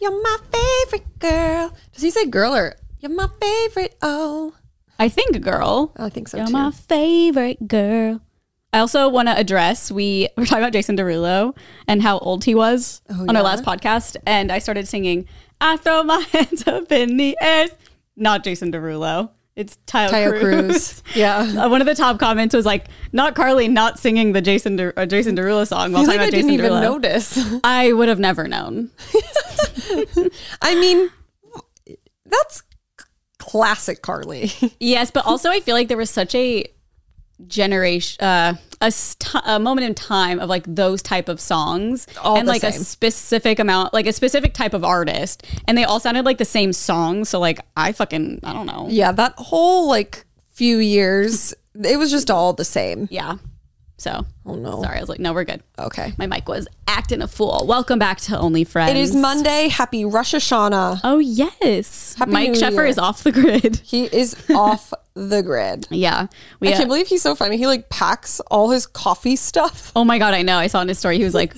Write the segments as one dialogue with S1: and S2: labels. S1: You're my favorite girl. Does he say girl or you're my favorite? Oh,
S2: I think girl.
S1: I think so
S2: You're
S1: too.
S2: my favorite girl. I also want to address we were talking about Jason Derulo and how old he was
S1: Oh,
S2: on our
S1: yeah?
S2: last podcast, and I started singing "I throw my hands up in the air." Not Jason Derulo. It's Tyler,
S1: Taya
S2: Cruz.
S1: Cruz. Yeah.
S2: Uh, One of the top comments was like, "Not Carly, not singing the Jason De- uh, Jason Derulo song."
S1: I
S2: While
S1: feel
S2: talking
S1: like I
S2: about
S1: didn't
S2: Jason
S1: even
S2: Derulo.
S1: notice.
S2: I would have never known.
S1: I mean, that's classic Carly.
S2: Yes, but also I feel like there was such a generation, uh, a, st- a moment in time of like those type of songs,
S1: All
S2: and
S1: the
S2: like a
S1: same.
S2: specific amount, like a specific type of artist, and they all sounded like the same song. So like I fucking I don't know.
S1: yeah, that whole like few years, it was just all the same.
S2: Yeah. So
S1: Oh no.
S2: sorry, I was like, no, we're good.
S1: Okay.
S2: My mic was acting a fool. Welcome back to Only Friends.
S1: It is Monday. Happy Rosh Hashanah.
S2: Oh yes,
S1: Happy
S2: Mike
S1: New
S2: Sheffer
S1: Year.
S2: is off the grid.
S1: He is off the grid. I
S2: Yeah, we.
S1: can't believe he's so funny. He like packs all his coffee stuff.
S2: oh my god, I know. I saw in his story he was like.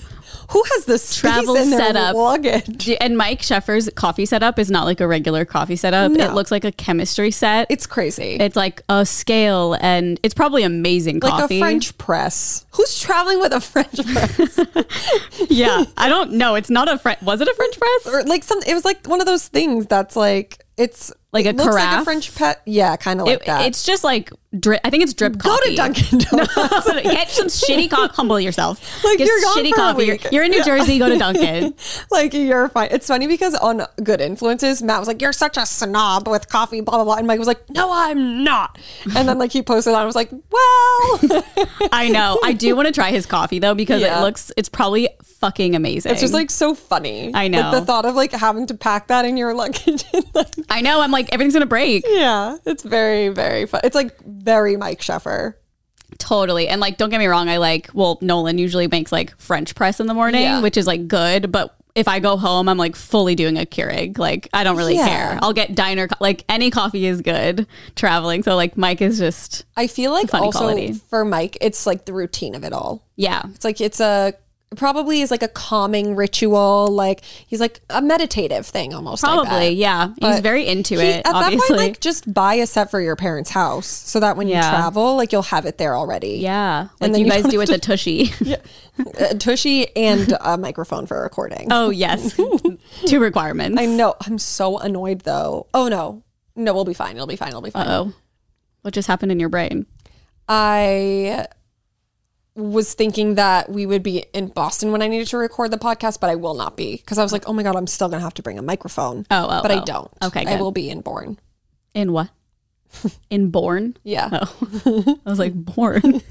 S1: Who has this
S2: Travel
S1: in their
S2: setup.
S1: luggage?
S2: Do- And Mike Sheffer's coffee setup is not like a regular coffee setup.
S1: No.
S2: It looks like a chemistry set. It's,
S1: It's crazy.
S2: like a scale and it's probably amazing
S1: like
S2: coffee.
S1: a French press. Who's traveling with a French press?
S2: yeah. I don't know. It's not a French. Was it a French press?
S1: or like some it was like one of those things that's like it's
S2: Like
S1: it
S2: a
S1: looks like a
S2: carafe?
S1: French pet. Yeah, kind of like
S2: It-
S1: that.
S2: it's just like drip. I think it's drip
S1: Go
S2: coffee.
S1: to Dunkin' Donuts.
S2: Get some shitty coffee. Humble yourself.
S1: Like,
S2: Get
S1: you're gone
S2: shitty
S1: for a
S2: coffee. You're,
S1: week.
S2: you're in New Jersey. Go to Dunkin'.
S1: like you're fine. It's funny because on Good Influences, Matt was like, "You're such a snob with coffee," blah blah blah, and Mike was like, "No, I'm not." And then like he posted on, I was like, "Well,
S2: I know. I do want to try his coffee though because
S1: Yeah.
S2: it looks. It's probably fucking amazing.
S1: it's just like so funny."
S2: I
S1: Like, the
S2: know.
S1: thought of like having to pack that in your luggage. like,
S2: I know. I'm like everything's gonna break.
S1: yeah, it's very very fun. It's like very Mike Sheffer.
S2: Totally. And like, don't get me wrong, I like, well, Nolan usually makes like French press in the morning,
S1: Yeah.
S2: which is like good. But if I go home, I'm like fully doing a Keurig. Like, I don't really
S1: Yeah.
S2: care. I'll get diner, co- like, any coffee is good traveling. So, like, Mike is just,
S1: I feel like
S2: funny
S1: also
S2: quality.
S1: for Mike, it's like the routine of it all.
S2: yeah.
S1: It's like it's a probably is like a calming ritual. Like he's like a meditative thing almost. I bet.
S2: Probably. Yeah. He's
S1: But
S2: very into
S1: He-
S2: it,
S1: at that
S2: obviously.
S1: point, like just buy a set for your parents' house so that when you
S2: Yeah.
S1: travel, like you'll have it there already.
S2: yeah.
S1: And
S2: Like,
S1: then
S2: you
S1: you
S2: guys
S1: don't
S2: do with the tushy.
S1: a tushy and a microphone for recording.
S2: oh, yes. Two requirements.
S1: I know. I'm so annoyed though. Oh no, no, we'll be fine. It'll be fine. It'll be fine.
S2: oh. What just happened in your brain?
S1: I was thinking that we would be in Boston when I needed to record the podcast, but I will not be because I was like, oh my god, I'm still gonna have to bring a microphone.
S2: Oh, oh,
S1: but I
S2: oh.
S1: don't.
S2: Okay,
S1: I
S2: good.
S1: will be in Bourne.
S2: In what? In born?
S1: Yeah.
S2: Oh. I was like, born.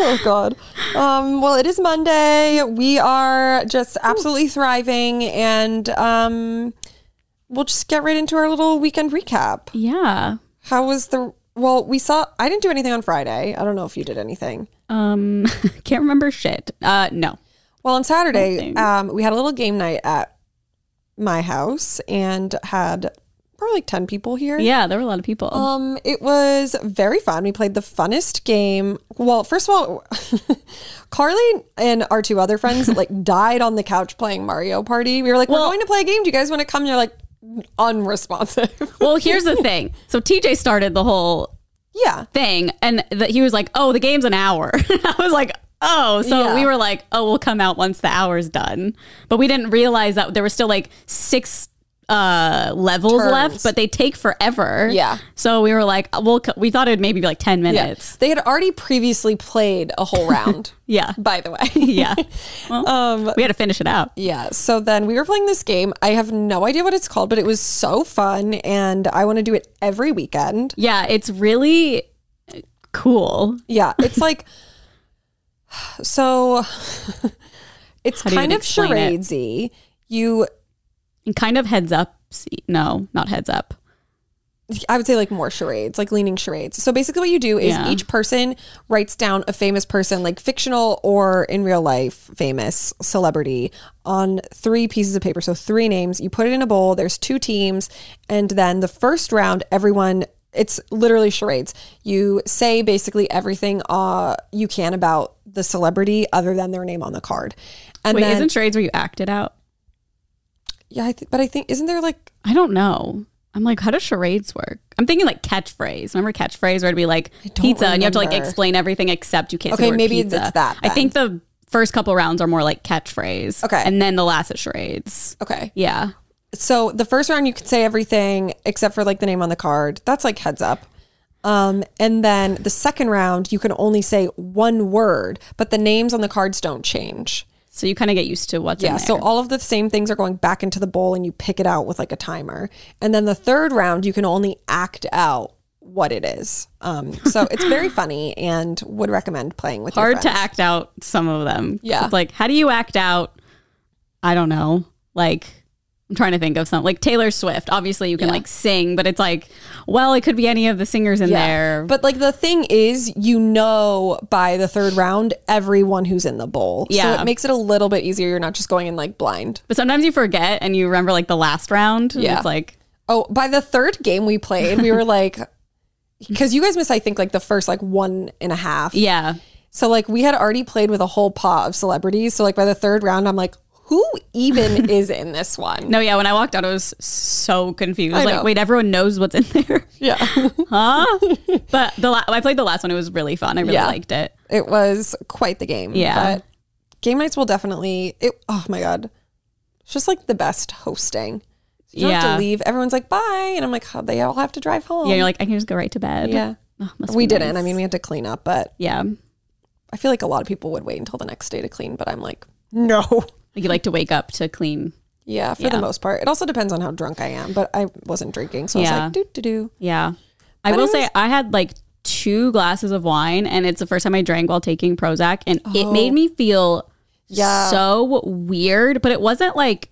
S1: Oh God. Um, well, it is Monday. We are just absolutely thriving, and um, we'll just get right into our little weekend recap.
S2: yeah.
S1: How was the? Well, we saw. I didn't do anything on Friday. I don't know if you did anything.
S2: Um, can't remember shit. Uh, no.
S1: Well, on Saturday,
S2: Nothing.
S1: um, we had a little game night at my house, and had probably like ten people here.
S2: Yeah, there were a lot of people.
S1: Um, it was very fun. We played the funnest game. Well, first of all, Carly and our two other friends like died on the couch playing Mario Party. We were like, "We're
S2: Well-
S1: going to play a game. Do you guys want to come?" And they're like, unresponsive.
S2: well, here's the thing. So TJ started the whole
S1: yeah,
S2: thing, and the, he was like, "Oh, the game's an hour." I was like, oh, so
S1: Yeah.
S2: we were like, oh, we'll come out once the hour's done. But we didn't realize that there were still like six uh levels
S1: Turns.
S2: left, but they take forever.
S1: Yeah.
S2: So we were like, oh, we'll co- we thought it'd maybe be like 10
S1: Yeah.
S2: minutes.
S1: They had already previously played a whole round,
S2: Yeah.
S1: by the way. Um,
S2: Yeah. Well,
S1: Uh,
S2: we had to finish it out.
S1: Yeah. So then we were playing this game. I have no idea what it's called, but it was so fun. And I want to do it every weekend.
S2: Yeah, it's really cool.
S1: Yeah. It's like, so it's
S2: do you
S1: kind of
S2: explain it?
S1: charadesy. You,
S2: And kind of heads up. See, no, not heads up.
S1: I would say like more charades, like leaning charades. So basically, what you do is
S2: Yeah.
S1: each person writes down a famous person, like fictional or in real life famous celebrity, on three pieces of paper. So three names. You put it in a bowl. There's two teams, and then the first round, everyone. It's literally charades. You say basically everything uh, you can about the celebrity other than their name on the card. And
S2: Wait,
S1: then,
S2: isn't charades where you act it out?
S1: yeah, I th- but I think isn't there like
S2: I don't know. I'm like, how does charades work? I'm thinking like catchphrase. Remember catchphrase where it'd be like pizza
S1: don't
S2: and you have to like
S1: remember.
S2: explain everything except you can't. say the
S1: Okay,
S2: word
S1: maybe it's-
S2: pizza.
S1: it's that
S2: I think the first couple rounds are more like catchphrase.
S1: Okay.
S2: and then the last is charades.
S1: okay.
S2: Yeah,
S1: so the first round you can say everything except for like the name on the card that's like heads up um, and then the second round you can only say one word but the names on the cards don't change
S2: so you kind of get used to what's
S1: yeah
S2: in there.
S1: so all of the same things are going back into the bowl and you pick it out with like a timer and then the third round you can only act out what it is um, so it's very funny and would recommend playing with your
S2: hard to
S1: friends.
S2: act out some of them. 'Cause
S1: Yeah.
S2: it's like how do you act out? I don't know. Like I'm trying to think of something like Taylor Swift. Obviously, you can like sing, but it's like, well, it could be any of the singers in
S1: Yeah.
S2: there.
S1: But like the thing is, you know, by the third round, everyone who's in the bowl. So
S2: Yeah.
S1: it makes it a little bit easier. You're not just going in like blind.
S2: But sometimes you forget and you remember like the last round. and
S1: Yeah.
S2: It's like,
S1: Oh, by the third game we played, we were like, because you guys missed, I think, like the first like one and a half.
S2: yeah.
S1: So like we had already played with a whole pot of celebrities. So like by the third round, I'm like, who even is in this one?
S2: No, yeah. When I walked out, I was so confused.
S1: I
S2: like,
S1: know.
S2: wait, everyone knows what's in there.
S1: Yeah.
S2: huh? But the la- I played the last one. It was really fun. I really
S1: Yeah.
S2: liked it.
S1: It was quite the game.
S2: Yeah.
S1: But game nights will definitely it oh my god. It's just like the best hosting. You don't have
S2: Yeah.
S1: to leave. Everyone's like, bye. And I'm like, oh, they all have to drive home.
S2: Yeah. You're like, I can just go right to bed.
S1: Yeah.
S2: Oh, must
S1: we
S2: be
S1: didn't.
S2: nice.
S1: I mean, we had to clean up, but
S2: yeah.
S1: I feel like a lot of people would wait until the next day to clean, but I'm like, no.
S2: Like you like to wake up to clean.
S1: Yeah, for
S2: Yeah.
S1: the most part. It also depends on how drunk I am, but I wasn't drinking. So I was
S2: Yeah.
S1: like, doo doo doo.
S2: Yeah. I
S1: But
S2: will
S1: it
S2: say
S1: was-
S2: I had like two glasses of wine and it's the first time I drank while taking Prozac and it made me feel
S1: Oh. Yeah.
S2: so weird, but it wasn't like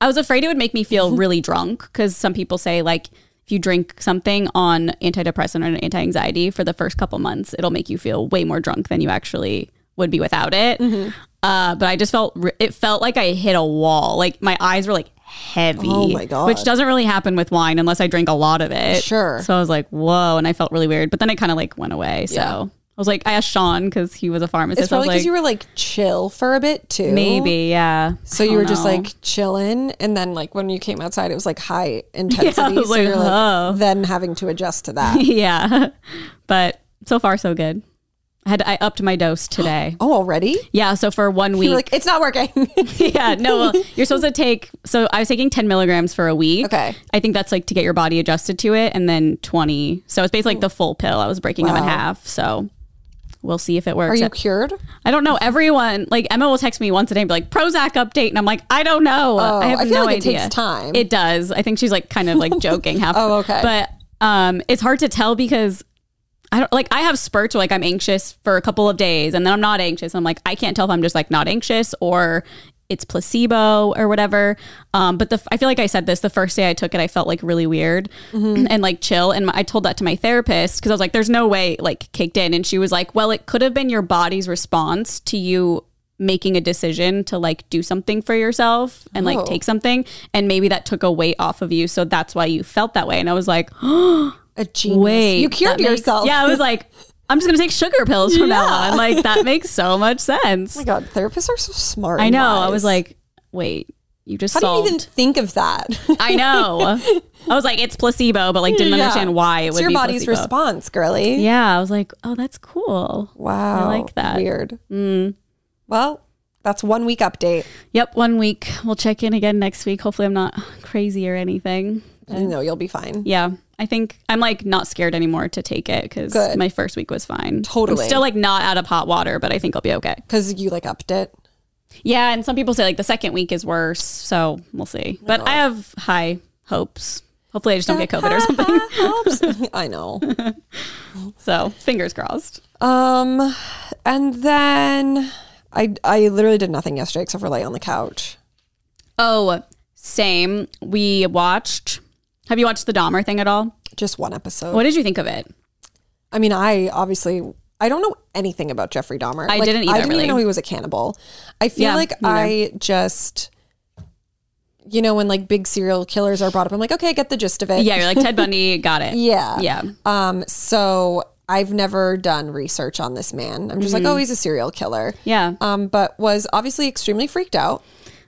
S2: I was afraid it would make me feel really drunk cuz some people say like if you drink something on antidepressant or anti-anxiety for the first couple months, it'll make you feel way more drunk than you actually would be without it.
S1: Mm-hmm.
S2: Uh, but I just felt re- it felt like I hit a wall. Like my eyes were like heavy.
S1: Oh my God.
S2: Which doesn't really happen with wine unless I drink a lot of it.
S1: Sure.
S2: So I was like, whoa, and I felt really weird. But then it kind of like went away. So
S1: Yeah.
S2: I was like, I asked Sean because he was a pharmacist.
S1: It's probably
S2: I
S1: because
S2: was like,
S1: you were like chill for a bit too.
S2: maybe, yeah.
S1: So
S2: I
S1: you
S2: don't
S1: were just
S2: know.
S1: like chilling, and then like when you came outside, it was like high intensity.
S2: I was
S1: so
S2: like,
S1: you're like
S2: "Oh."
S1: then having to adjust to that.
S2: yeah. But so far so good. I had I upped my dose today.
S1: oh, already?
S2: yeah. So for one week,
S1: You're like, it's not working.
S2: yeah, no, well, you're supposed to take. So I was taking 10 milligrams for a week.
S1: Okay.
S2: I think that's like to get your body adjusted to it, and then 20. So it's basically like the full pill. I was breaking them in half. So we'll see if it
S1: Are
S2: works.
S1: you cured?
S2: I don't know. Everyone, like Emma, will text me once a day and be like Prozac update, and I'm like, I don't know. I have
S1: Oh, I feel
S2: no
S1: like it
S2: idea.
S1: takes time.
S2: It does. I think she's like kind of like joking half.
S1: Oh, okay.
S2: But um, it's hard to tell because. I don't like I have spurts where like I'm anxious for a couple of days and then I'm not anxious. I'm like I can't tell if I'm just like not anxious or it's placebo or whatever. Um, but the I feel like I said this the first day I took it I felt like really weird and like chill and my, I told that to my therapist because I was like there's no way it, like kicked in and she was like well it could have been your body's response to you making a decision to like do something for yourself and like take something and maybe that took a weight off of you so that's why you felt that way and I was like
S1: A genius.
S2: wait,
S1: you cured
S2: that makes-
S1: yourself. Oh
S2: yeah, I was like, I'm just gonna take sugar pills from now on. Like that makes so much sense.
S1: Oh my god, therapists are so smart.
S2: I
S1: and
S2: know. I
S1: wise.
S2: was like, wait, You just
S1: How
S2: solved.
S1: do you even think of that?
S2: I know. I was like, it's placebo, but like didn't
S1: Yeah.
S2: understand why it
S1: it's
S2: would
S1: your
S2: be
S1: body's
S2: placebo.
S1: response, girly.
S2: Yeah, I was like, oh, that's cool.
S1: Wow.
S2: I like that. Mm.
S1: Weird. Well, that's one week update.
S2: Yep, one week. We'll check in again next week. Hopefully, I'm not crazy or anything.
S1: I know you'll be fine.
S2: Yeah, I think I'm like not scared anymore to take it because
S1: Good.
S2: my first week was fine.
S1: Totally.
S2: I'm still like not out of hot water, but I think I'll be okay.
S1: Because you like upped it.
S2: Yeah, and some people say like the second week is worse, so we'll see. But I have high hopes. Hopefully, I just don't get COVID or something.
S1: Helps. I know.
S2: So fingers crossed.
S1: Um, and then I I literally did nothing yesterday except for lay on the couch.
S2: Oh, same. We watched. Have you watched the Dahmer thing at all?
S1: Just one episode.
S2: What did you think of it?
S1: I mean, I obviously I don't know anything about Jeffrey Dahmer.
S2: I didn't either,
S1: I didn't
S2: really.
S1: even know he was a cannibal. I feel
S2: Yeah,
S1: like
S2: me
S1: I just, you know, when like big serial killers are brought up, I'm like, okay, I get the gist of it.
S2: Yeah, you're like Ted Bundy. Got it.
S1: yeah,
S2: Yeah.
S1: Um, so I've never done research on this man. I'm just like, oh, he's a serial killer.
S2: Mm-hmm. Yeah.
S1: Um, but was obviously extremely freaked out.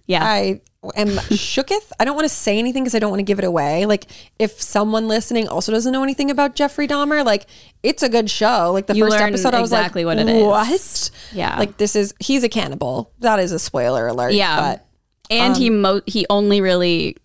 S2: Yeah.
S1: I am shooketh. I don't want to say anything because I don't want to give it away. Like, if someone listening also doesn't know anything about Jeffrey Dahmer, like, it's a good show. Like, the
S2: You
S1: first
S2: learn
S1: episode, I was
S2: exactly
S1: like,
S2: what it is.
S1: What?
S2: Yeah.
S1: Like, this is, he's a cannibal. That is a spoiler alert.
S2: Yeah.
S1: But um,
S2: and he mo- he only really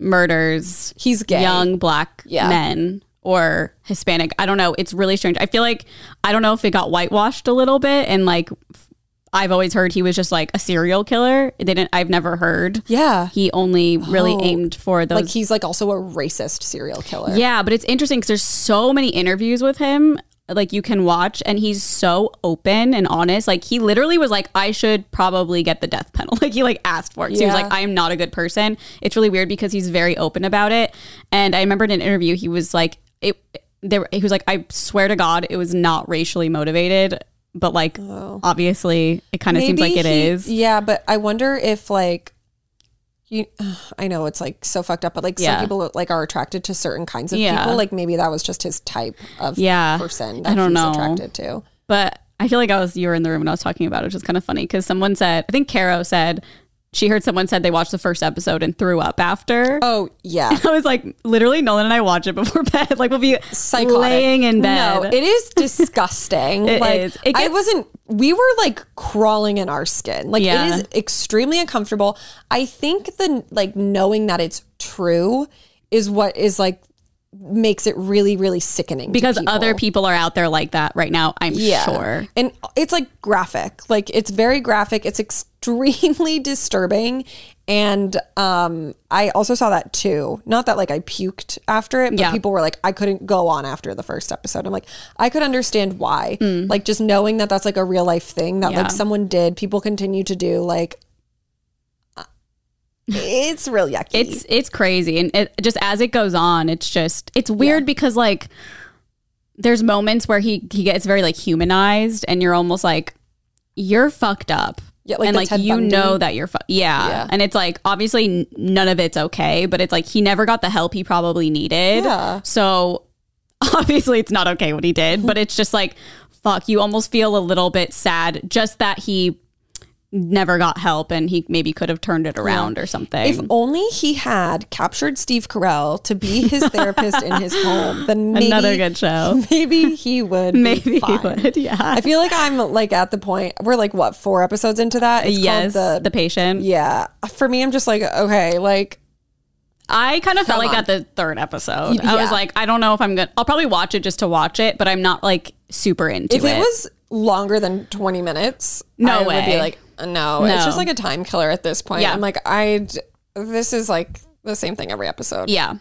S2: murders
S1: he's gay.
S2: young black
S1: Yeah.
S2: men or Hispanic. I don't know. It's really strange. I feel like I don't know if it got whitewashed a little bit and like f- I've always heard he was just like a serial killer. They didn't I've never heard.
S1: Yeah.
S2: He only really
S1: Oh.
S2: aimed for those
S1: Like, he's like also a racist serial killer.
S2: yeah, but it's interesting because there's so many interviews with him, like you can watch, and he's so open and honest. Like he literally was like, "I should probably get the death penalty." Like he like asked for it. So he was
S1: Yeah.
S2: like, "I am not a good person." It's really weird because he's very open about it. And I remember in an interview, he was like, "It." There, he was like, "I swear to God, it was not racially motivated." But like, obviously, it kind of seems like it
S1: he-
S2: is.
S1: Yeah, but I wonder if like you I know it's like so fucked up, but like
S2: Yeah.
S1: some people like are attracted to certain kinds of
S2: Yeah.
S1: people. Like maybe that was just his type of
S2: Yeah.
S1: person
S2: I
S1: that
S2: don't
S1: he's
S2: know.
S1: attracted to.
S2: But I feel like I was you were in the room when I was talking about it, which is kind of funny because someone said I think Caro said she heard someone said they watched the first episode and threw up after.
S1: Oh yeah.
S2: I was like, literally, Nolan and I watch it before bed. Like we'll be
S1: Psychotic.
S2: laying in
S1: No,
S2: bed.
S1: it is disgusting.
S2: It
S1: like
S2: is. It
S1: I
S2: gets-
S1: wasn't we were like crawling in our skin. Like
S2: Yeah.
S1: it is extremely uncomfortable. I think the like knowing that it's true is what is like makes it really, really sickening. to
S2: because
S1: people.
S2: other people are out there like that right now. I'm
S1: Yeah.
S2: sure.
S1: And it's like graphic. Like it's very graphic. It's extremely disturbing. And um I also saw that too. Not that like I puked after it, but
S2: Yeah.
S1: people were like I couldn't go on after the first episode. I'm like I could understand why. Like just knowing that that's like a real life thing that
S2: Mm. Yeah.
S1: like someone did, people continue to do like uh, it's real yucky.
S2: It's it's crazy, and it, just as it goes on, it's just it's weird because like there's moments where he he gets very like humanized, and you're almost like you're fucked up,
S1: Yeah, like
S2: and
S1: the
S2: like
S1: Ted
S2: you
S1: Bundy.
S2: know that you're fu- yeah.
S1: Yeah.
S2: and it's like obviously n- none of it's okay, but it's like he never got the help he probably needed,
S1: Yeah.
S2: so obviously it's not okay what he did, but it's just like fuck, you almost feel a little bit sad just that he never got help and he maybe could have turned it around or something.
S1: If only he had captured Steve Carell to be his therapist in his home, then maybe,
S2: Another good show.
S1: Maybe he would.
S2: Maybe
S1: Maybe
S2: he
S1: fine.
S2: would, yeah.
S1: I feel like I'm like at the point we're like what four episodes into that. It's called
S2: yes, the,
S1: The,
S2: patient.
S1: yeah. For me, I'm just like okay, like
S2: I kind of felt
S1: Come
S2: like
S1: on.
S2: at the third episode,
S1: Y-
S2: I was
S1: yeah.
S2: like, I don't know if I'm gonna. I'll probably watch it just to watch it, but I'm not like super into
S1: if it was longer than 20 minutes,
S2: No
S1: I would
S2: way.
S1: be like no,
S2: No.
S1: It's just like a time killer at this point.
S2: Yeah.
S1: I'm like I. d- This is like the same thing every episode.
S2: yeah,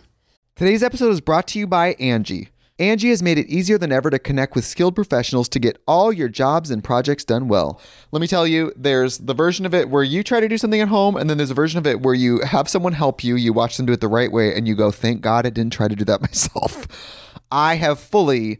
S3: Today's episode is brought to you by Angie. Angie has made it easier than ever to connect with skilled professionals to get all your jobs and projects done well. Let me tell you, there's the version of it where you try to do something at home, and then there's a version of it where you have someone help you, you watch them do it the right way, and you go, thank God I didn't try to do that myself. I have fully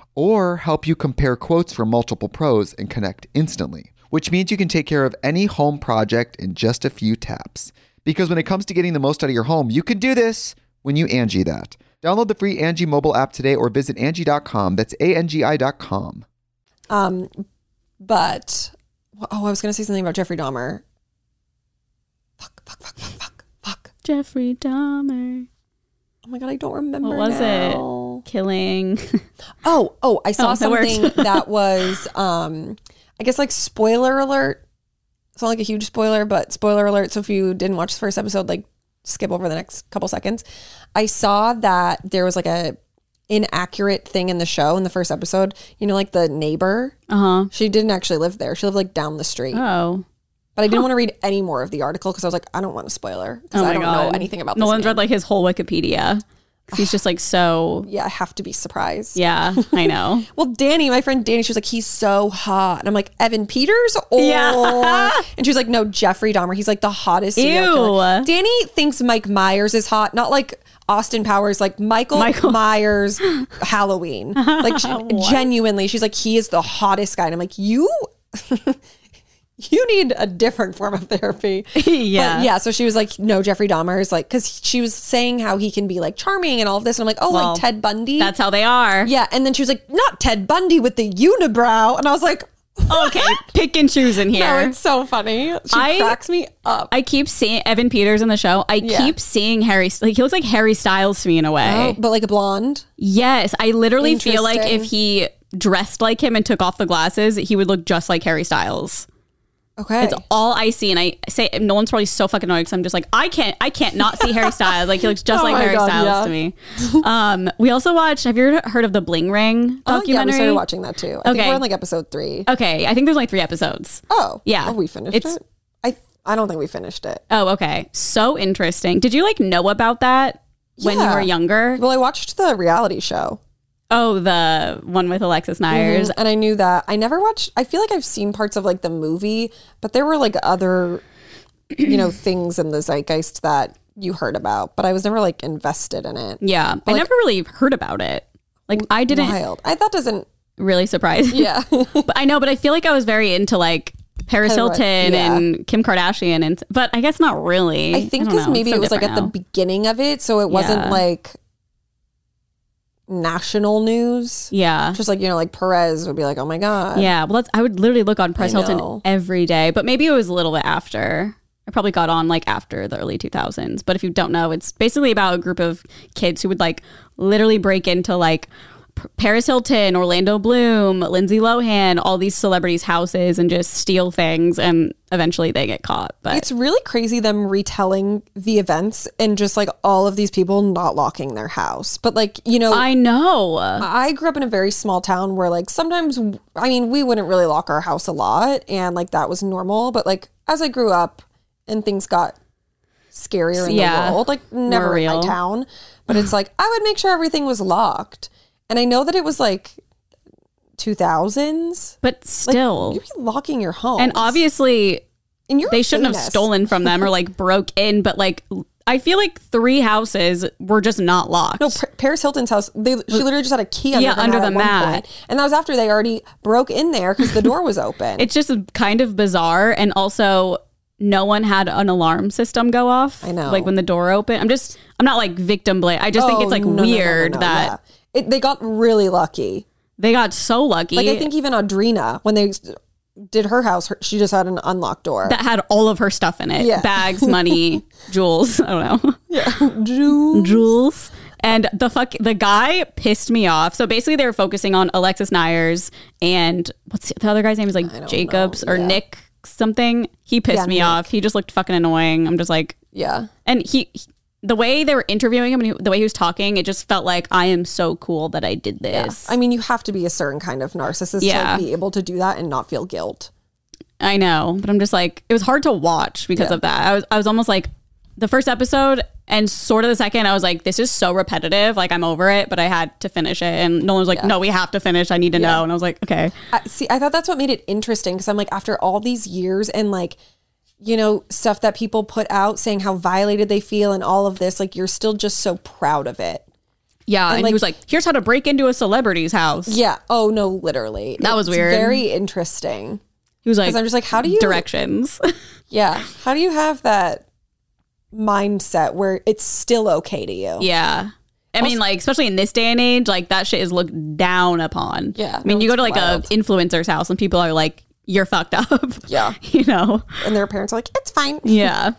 S3: or help you compare quotes from multiple pros and connect instantly, which means you can take care of any home project in just a few taps. Because when it comes to getting the most out of your home, you can do this when you Angie that. Download the free Angie mobile app today or visit Angie.com. That's A-N-G-I dot com.
S1: Um, but oh, I was gonna say something about Jeffrey Dahmer. Fuck, fuck, fuck, fuck, fuck, fuck.
S2: Jeffrey Dahmer.
S1: Oh my god, I don't remember.
S2: What was
S1: now.
S2: it? Killing.
S1: Oh, oh, I saw
S2: Oh, that worked.
S1: something that was, um, I guess like spoiler alert. It's not like a huge spoiler, but spoiler alert. So if you didn't watch the first episode, like skip over the next couple seconds. I saw that there was like a inaccurate thing in the show in the first episode. You know, like the neighbor.
S2: Uh huh.
S1: She didn't actually live there. She lived like down the street.
S2: Oh.
S1: But I didn't want to read any more of the article because I was like, I don't want a spoiler because
S2: Oh
S1: I
S2: my
S1: don't
S2: God.
S1: know anything about this.
S2: Nolan's
S1: man.
S2: read like his whole Wikipedia. 'Cause He's just like so.
S1: yeah, I have to be surprised.
S2: Yeah, I know.
S1: Well, Danny, my friend Danny, she was like, he's so hot. And I'm like, Evan Peters? Or
S2: Yeah.
S1: and she was like, no, Jeffrey Dahmer. He's like the hottest. serial
S2: Ew.
S1: killer." Danny thinks Mike Myers is hot, not like Austin Powers, like Michael,
S2: Michael.
S1: Myers Halloween. Like she- genuinely, she's like, he is the hottest guy. And I'm like, you you need a different form of therapy.
S2: Yeah.
S1: But yeah. So she was like, no, Jeffrey Dahmer is like, because she was saying how he can be like charming and all of this. And I'm like, oh,
S2: Well,
S1: like Ted Bundy.
S2: That's how they are.
S1: Yeah, and then she was like, "Not Ted Bundy with the unibrow," and I was like,
S2: Okay, pick and choose in here.
S1: "No, it's so funny." She
S2: I-
S1: cracks me up.
S2: I keep seeing Evan Peters in the show. I
S1: Yeah.
S2: keep seeing Harry. Like he looks like Harry Styles to me in a way.
S1: Oh, but like a blonde.
S2: Yes, I literally feel like if
S1: Interesting.
S2: he dressed like him and took off the glasses, he would look just like Harry Styles.
S1: Okay.
S2: It's all I see, and I say no one's probably so fucking annoyed because I'm just like I can't, I can't not see Harry Styles. Like he looks just
S1: Oh
S2: like
S1: my
S2: Harry
S1: God,
S2: Styles
S1: yeah.
S2: to me. Um, we also watched. Have you heard of the Bling Ring
S1: Oh, yeah, we
S2: documentary?
S1: started watching that too. I think
S2: Okay.
S1: we're on like episode three.
S2: Okay, I think there's only three episodes.
S1: Oh,
S2: yeah.
S1: Oh, we finished
S2: It's-
S1: it. I I don't think we finished it.
S2: Oh, okay. So interesting. Did you like know about that when you
S1: Yeah.
S2: were younger?
S1: Well, I watched the reality show,
S2: Oh, the one with Alexis Nyers.
S1: and I knew that I never watched. I feel like I've seen parts of like the movie, but there were like other, you know, things in the zeitgeist that you heard about, but I was never like invested in it.
S2: Yeah, I never really heard about it. Like I didn't
S1: Wild. I that doesn't.
S2: really surprise.
S1: Yeah.
S2: but I know, but I feel like I was very into like Paris
S1: Kind of like-
S2: Hilton
S1: yeah.
S2: and Kim Kardashian, and but I guess not really.
S1: I think
S2: don't
S1: because
S2: know.
S1: maybe
S2: It's
S1: it
S2: so
S1: was like at
S2: different
S1: the
S2: now.
S1: beginning of it, so it wasn't
S2: Yeah.
S1: like national news.
S2: yeah.
S1: Just like you know, like Perez would be like, "Oh my god,
S2: Yeah, well, that's, I would literally look on Paris
S1: I
S2: Hilton
S1: know.
S2: every day, but maybe it was a little bit after. I probably got on like after the early 2000s. But if you don't know, it's basically about a group of kids who would like literally break into like P- Paris Hilton, Orlando Bloom, Lindsay Lohan, all these celebrities' houses and just steal things. And eventually they get caught. But
S1: it's really crazy." Them retelling the events and just like all of these people not locking their house, but like you know. I-
S2: I know.
S1: grew up in a very small town where, like, sometimes, I mean, we wouldn't really lock our house a lot, and like that was normal. But like, as I grew up and things got scarier in
S2: Yeah.
S1: the world, like never
S2: More
S1: in
S2: real.
S1: my town, but it's like I would make sure everything was locked. And I know that it was like 2000s.
S2: but
S1: Like,
S2: still.
S1: you'd be locking your home,
S2: and obviously,
S1: and you're
S2: they shouldn't have
S1: famous.
S2: stolen from them or like broke in, but like I feel like three houses were just not locked.
S1: No, P- Paris Hilton's house. They she literally just had a key under
S2: Yeah,
S1: the
S2: under
S1: mat
S2: the
S1: at one
S2: mat.
S1: point. and that was after they already broke in there because the door was open.
S2: it's just kind of bizarre and also no one had an alarm system go off
S1: I know.
S2: like when the door opened i'm just i'm not like victim blame i just think
S1: Oh,
S2: it's like
S1: no, no, no, no,
S2: weird
S1: no,
S2: that
S1: yeah. it, they got really lucky.
S2: they got so lucky
S1: Like I think even Audrina, when they did her house, her, she just had an unlocked door.
S2: that had all of her stuff in it
S1: Yeah.
S2: bags money jewels i don't know
S1: yeah, Drew.
S2: jewels And the fuck, the guy pissed me off. So basically, they were focusing on Alexis Nyers and what's the, the other guy's name is like Jacobs or Nick something. He pissed
S1: Yeah,
S2: me
S1: Nick.
S2: off. He just looked fucking annoying. I'm just like,
S1: Yeah.
S2: and he, he- the way they were interviewing him and he, the way he was talking, it just felt like I am so cool that I did this.
S1: I mean, you have to be a certain kind of narcissist
S2: Yeah.
S1: to be able to do that and not feel guilt.
S2: I know, but I'm just like it was hard to watch because of that. I was I was almost like the first episode and sort of the second I was like this is so repetitive, like I'm over it, but I had to finish it and Nolan was like no, we have to finish. I need to know. And I was like okay.
S1: I, see, I thought that's what made it interesting because I'm like, after all these years and like, you know, stuff that people put out saying how violated they feel and all of this, like, you're still just so proud of it.
S2: Yeah, and,
S1: like-
S2: he was like here's how to break into a celebrity's house.
S1: Yeah. Oh, no, literally.
S2: That was
S1: It's
S2: weird.
S1: Very interesting.
S2: He was like
S1: Because I'm just like, how do you
S2: directions.
S1: Yeah. How do you have that mindset where it's still okay to you?
S2: yeah. I mean, like especially in this day and age, like that shit is looked down upon.
S1: Yeah,
S2: I mean,
S1: no,
S2: you go
S1: it's
S2: to like
S1: wild.
S2: a influencer's house and people are like, "You're fucked up."
S1: Yeah.
S2: you know.
S1: And their parents are like, it's fine.
S2: Yeah.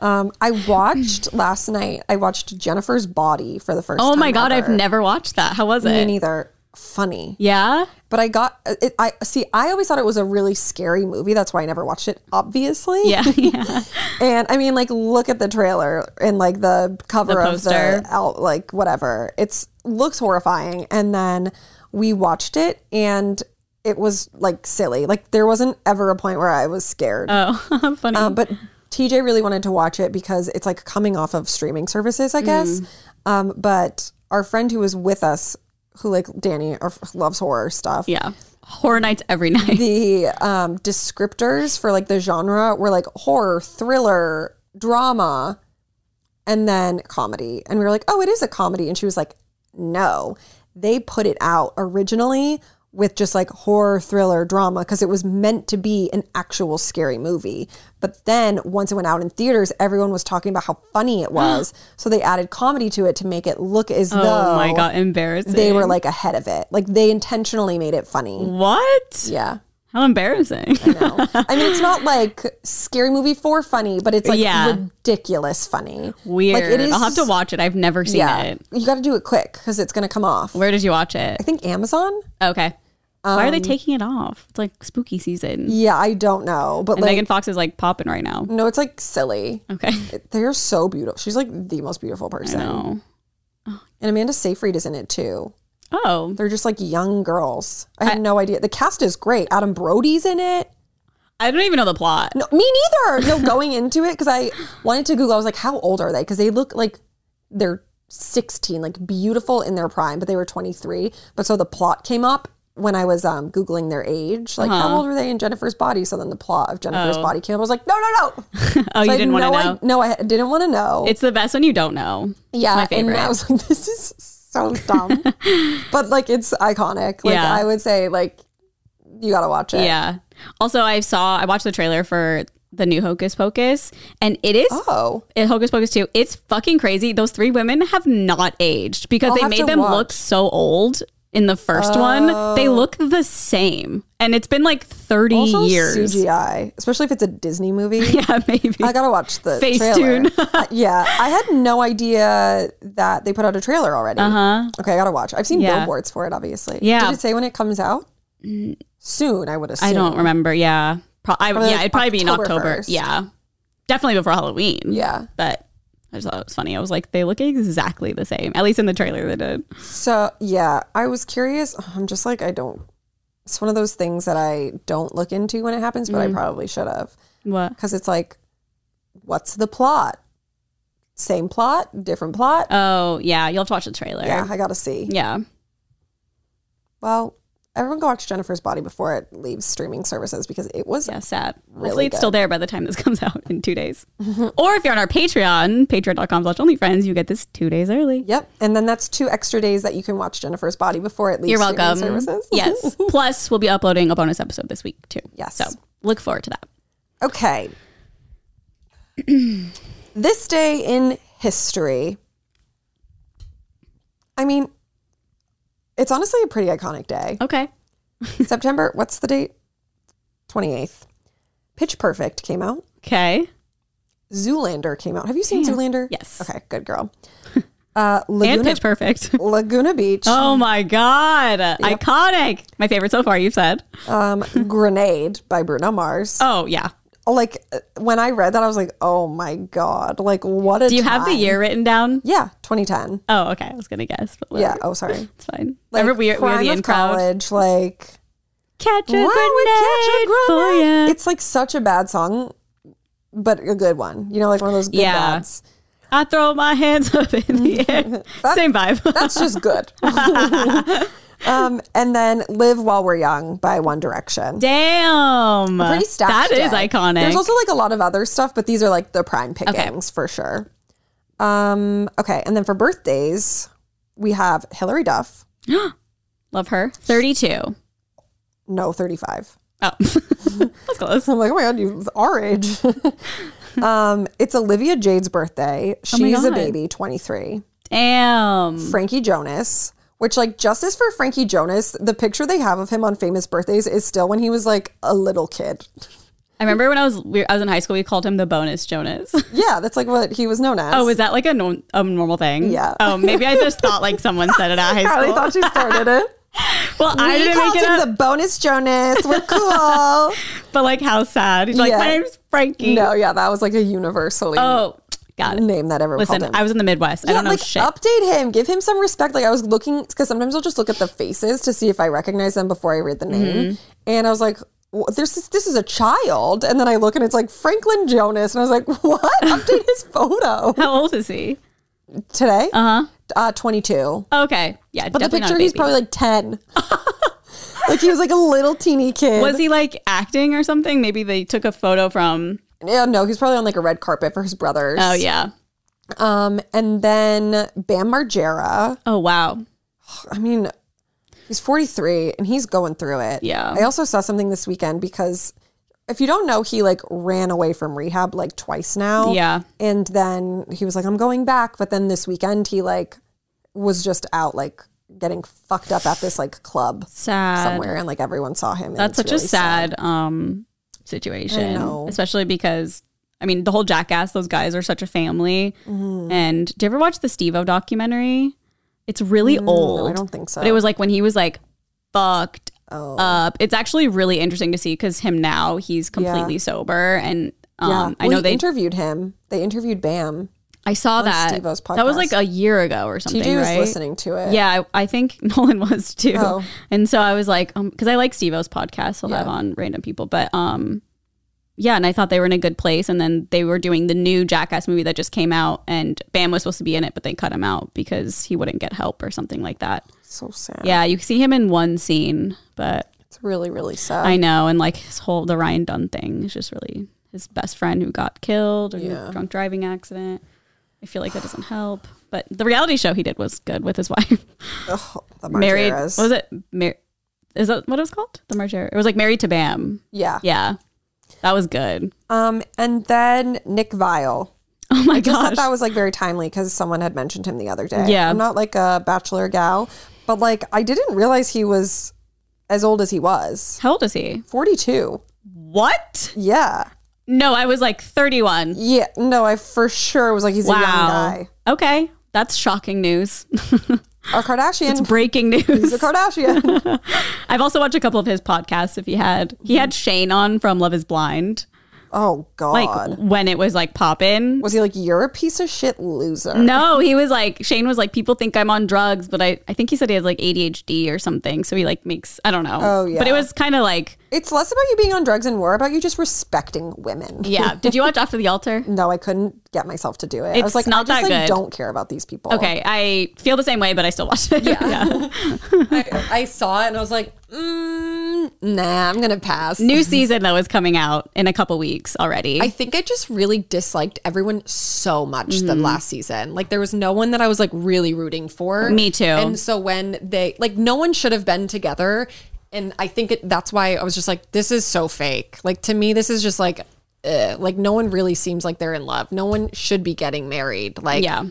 S1: Um, I watched last night, I watched Jennifer's Body for the first time.
S2: Oh my god, I've
S1: ever.
S2: never watched that. How was
S1: Me
S2: it?
S1: neither. Funny.
S2: Yeah.
S1: But I got it. I see. I always thought it was a really scary movie. That's why I never watched it. Obviously.
S2: Yeah. Yeah.
S1: And I mean, like, look at the trailer and like the cover
S2: The
S1: of the
S2: poster.
S1: out, like whatever. It's looks horrifying. And then we watched it, and it was like silly. Like there wasn't ever a point where I was scared.
S2: oh, funny.
S1: Um, but TJ really wanted to watch it because it's like coming off of streaming services, I guess.
S2: Mm.
S1: Um, but our friend who was with us, who like Danny or loves horror stuff,
S2: yeah. Horror nights every night.
S1: the um, descriptors for like the genre were like horror, thriller, drama, and then comedy. And we were like, oh, it is a comedy. And she was like, no, they put it out originally with just like horror, thriller, drama because it was meant to be an actual scary movie. But then once it went out in theaters, everyone was talking about how funny it was. so they added comedy to it to make it look as though
S2: oh my god, embarrassing.
S1: they were like ahead of it. Like they intentionally made it
S2: Mm.
S1: funny.
S2: what?
S1: Yeah.
S2: How embarrassing.
S1: No. I mean, it's not like scary movie for funny, but it's like
S2: Yeah.
S1: ridiculous funny.
S2: Weird.
S1: Like it is.
S2: I'll have to watch it. I've never seen
S1: Yeah,
S2: it.
S1: you got to do it quick because it's going to come off.
S2: Where did you watch it?
S1: I think Amazon. Um,
S2: Okay. Why are they taking it off? It's like spooky season.
S1: Yeah, I don't know, but
S2: and
S1: like, Mm.
S2: Megan Fox is like popping right now.
S1: no, it's like silly.
S2: Okay.
S1: They're so beautiful. She's like the most beautiful person,
S2: No.
S1: and Amanda Seyfried is in it too.
S2: Oh.
S1: They're just like young girls. I had no idea. The cast is great. Adam Brody's in it.
S2: I don't even know the plot.
S1: No, me neither. No, going into it because I wanted to Google. I was like, how old are they? Because they look like they're 16, like beautiful in their prime, but they were 23. But so the plot came up when I was um, Googling their age. Like,
S2: Uh-huh.
S1: how old are they in Jennifer's body? So then the plot of Jennifer's body came up. I was like, no, no, no.
S2: oh, you
S1: I
S2: didn't want to
S1: no,
S2: know?
S1: I, no, I didn't want to know.
S2: it's the best when you don't know.
S1: yeah.
S2: my favorite.
S1: And I was like, this is so dumb. but like, it's iconic. Like,
S2: Yeah.
S1: I would say, like, you got to watch it.
S2: Yeah. Also, I saw, I watched the trailer for the new Hocus Pocus, and it is
S1: Oh.
S2: in Hocus Pocus 2, it's fucking crazy. Those three women have not aged because
S1: I'll
S2: they
S1: have to
S2: made them
S1: watch. Oh.
S2: look so old in the first one. They look the same. And it's been like 30
S1: Also
S2: years.
S1: CGI, especially if it's a Disney movie.
S2: Yeah, maybe.
S1: I gotta watch the
S2: Facetune.
S1: trailer. Uh, yeah, I had no idea that they put out a trailer already. Uh huh. Okay, I gotta watch. I've seen
S2: Uh-huh. Yeah.
S1: billboards for it, obviously.
S2: Yeah. Mm.
S1: Did it say when it comes out? Soon, I would assume.
S2: I don't remember. Yeah. Pro- I, yeah,
S1: Probably like
S2: it'd probably be in
S1: October
S2: October.
S1: 1st.
S2: Yeah. Definitely before Halloween.
S1: Yeah.
S2: But I just thought it was funny. I was like, they look exactly the same. At least in the trailer they did.
S1: So yeah, I was curious. I'm just like I don't. It's one of those things that I don't look into when it happens,
S2: Mm.
S1: but I probably should have
S2: What?
S1: because it's like, what's the plot? Same plot, different plot.
S2: Oh, yeah. You'll have to watch the trailer.
S1: yeah, I gotta see.
S2: Yeah.
S1: Well, everyone go watch Jennifer's Body before it leaves streaming services because it was
S2: Yeah, sad.
S1: really
S2: Hopefully it's still there by the time this comes out in two days. or if you're on our Patreon, patreon.com slash onlyfriends, you get this two days early.
S1: Yep. And then that's two extra days that you can watch Jennifer's Body before it leaves
S2: You're
S1: streaming
S2: welcome.
S1: services.
S2: yes. Plus, we'll be uploading a bonus episode this week too.
S1: Yes.
S2: So look forward to that.
S1: okay. this day in history. I mean, it's honestly a pretty iconic day.
S2: Okay.
S1: September, what's the date? 28th. Pitch Perfect came out.
S2: Okay.
S1: Zoolander came out. Have you seen Zoolander?
S2: Yes.
S1: Okay, good girl. Uh,
S2: and
S1: Laguna,
S2: pitch perfect.
S1: Laguna Beach,
S2: Oh my god, iconic! My favorite so far. You've said.
S1: um, Grenade by Bruno Mars.
S2: Oh yeah.
S1: Like uh, when I read that, I was like, oh my god, like what a.
S2: Do you have the
S1: time.
S2: year written down?
S1: Yeah, 2010.
S2: Oh okay, I was gonna guess. But whatever.
S1: Yeah. Oh, sorry.
S2: it's fine. Remember we, we were
S1: prime
S2: the
S1: of
S2: in crowd.
S1: college, like
S2: Catch a
S1: Why would catch a
S2: grenade
S1: grenade?
S2: for ya.
S1: It's like such a bad song, but a good one. You know, like one of those good
S2: Yeah.
S1: bads.
S2: I throw my hands up in the air. Same vibe.
S1: That's just good. um, and then "Live While We're Young" by One Direction.
S2: Damn.
S1: Pretty stacked.
S2: Uh, That is
S1: day.
S2: iconic.
S1: There's also like a lot of other stuff, but these are like the prime pickings for sure. Um, okay, and then for birthdays, we have Hilary Duff.
S2: Love her. 32.
S1: No, 35.
S2: Oh, that's close.
S1: I'm like, oh my god, you our age. um, it's Olivia Jade's birthday.
S2: Oh my
S1: She's a
S2: God.
S1: baby, 23.
S2: Damn.
S1: Frankie Jonas, which like justice for Frankie Jonas, the picture they have of him on famous birthdays is still when he was like a little kid.
S2: I remember when I was we, I was in high school, we called him the bonus Jonas.
S1: Yeah, that's like what he was known as.
S2: Oh, is that like a, norm, a normal thing?
S1: Yeah.
S2: Oh, maybe I just thought like someone said it at high
S1: probably
S2: school.
S1: thought you started it.
S2: well, I
S1: we
S2: didn't
S1: called
S2: make it
S1: him
S2: up,
S1: the bonus Jonas. We're cool.
S2: but like how sad. He's like,
S1: Yeah.
S2: my name's Frankie.
S1: no, yeah, that was like a universally
S2: Oh, got it.
S1: name that everyone
S2: Listen,
S1: called him.
S2: I was in the Midwest. I
S1: yeah,
S2: don't know
S1: like
S2: shit.
S1: update him, give him some respect. Like I was looking because sometimes I'll just look at the faces to see if I recognize them before I read the name,
S2: Mm-hmm.
S1: and I was like, "Wha- "There's this, this is a child," and then I look and it's like Franklin Jonas, and I was like, "What? Update his photo
S2: how old is he?
S1: today? Uh,
S2: Uh
S1: twenty two.
S2: huh. Okay. Yeah.
S1: But the
S2: definitely not a
S1: picture, he's
S2: baby.
S1: probably like ten. like he was like a little teeny kid.
S2: was he like acting or something? Maybe they took a photo from.
S1: Yeah, no, he's probably on like a red carpet for his brothers.
S2: Oh yeah.
S1: Um, and then Bam Margera.
S2: Oh wow.
S1: I mean, he's 43 and he's going through it.
S2: Yeah.
S1: I also saw something this weekend because if you don't know, he like ran away from rehab like twice now.
S2: Yeah.
S1: And then he was like, I'm going back. But then this weekend, he like was just out like getting fucked up at this like club
S2: Sad.
S1: somewhere and like everyone saw him. and
S2: That's
S1: it's
S2: such
S1: really
S2: a sad, um situation.
S1: know.
S2: Especially because I mean the whole Jackass, those guys are such a family.
S1: Mm-hmm.
S2: And do you ever watch the Steve O documentary? It's really old.
S1: Mm, No, I don't think so.
S2: But it was like when he was like fucked
S1: Oh.
S2: up. It's actually really interesting to see because him now he's completely sober and um
S1: yeah.
S2: I
S1: Well,
S2: know
S1: he
S2: they
S1: interviewed him. They interviewed Bam.
S2: I saw
S1: on
S2: that.
S1: Steve-O's
S2: That was like
S1: podcast.
S2: a year ago or something,
S1: TJ
S2: right?
S1: was listening to it.
S2: Yeah, I, I think Nolan was too.
S1: Oh.
S2: And so I was like, because I like Steve O's podcast, he'll have on random people. But um, yeah, and I thought they were in a good place. And then they were doing the new Jackass movie that just came out, and Bam was supposed to be in it, but they cut him out because he wouldn't get help or something like that.
S1: So sad.
S2: Yeah, you see him in one scene, but
S1: It's really, really sad.
S2: I know. And like his whole, the Ryan Dunn thing is just really his best friend who got killed in a drunk driving accident. I feel like that doesn't help. But the reality show he did was good with his wife.
S1: Ugh, the
S2: married.
S1: Margeras.
S2: What was it? Mar- is that what it was called? The Margera. It was like married to Bam.
S1: Yeah.
S2: Yeah, that was good.
S1: Um, and then Nick Vile.
S2: Oh my
S1: Just thought
S2: gosh.
S1: that was like very timely because someone had mentioned him the other day.
S2: Yeah.
S1: I'm not like a bachelor gal, but like I didn't realize he was as old as he was.
S2: How old is he?
S1: 42.
S2: What?
S1: Yeah.
S2: No, I was like 31.
S1: Yeah. No, I for sure was like he's a young
S2: Wow.
S1: guy.
S2: Okay, that's shocking news.
S1: Our Kardashian.
S2: it's breaking
S1: he's a
S2: news.
S1: Kardashian.
S2: I've also watched a couple of his podcasts. If he had, he had Shane on from Love Is Blind,
S1: oh God.
S2: like when it was like poppin'.
S1: was he like, you're a piece of shit loser?
S2: No, he was like Shane was like people think I'm on drugs, but I I think he said he has like ADHD or something. So he like makes I don't know.
S1: Oh, yeah.
S2: But it was kind of like
S1: It's less about you being on drugs and more about you just respecting women.
S2: yeah. Did you watch After the Altar?
S1: No, I couldn't get myself to do it. I
S2: It's
S1: was like,
S2: not
S1: I just
S2: that
S1: like,
S2: good.
S1: don't care about these people.
S2: Okay, I feel the same way, but I still watch it. Yeah.
S1: I, I saw it and I was like, mm, nah, I'm gonna pass.
S2: New season though is coming out in a couple weeks already.
S4: I think I just really disliked everyone so much the
S2: Mm-hmm.
S4: last season. Like there was no one that I was like really rooting for.
S2: Me too.
S4: And so when they like no one should have been together, and I think it, that's why I was just like, this is so fake. Like to me, this is just like, ugh. like no one really seems like they're in love. No one should be getting married. Like
S2: yeah.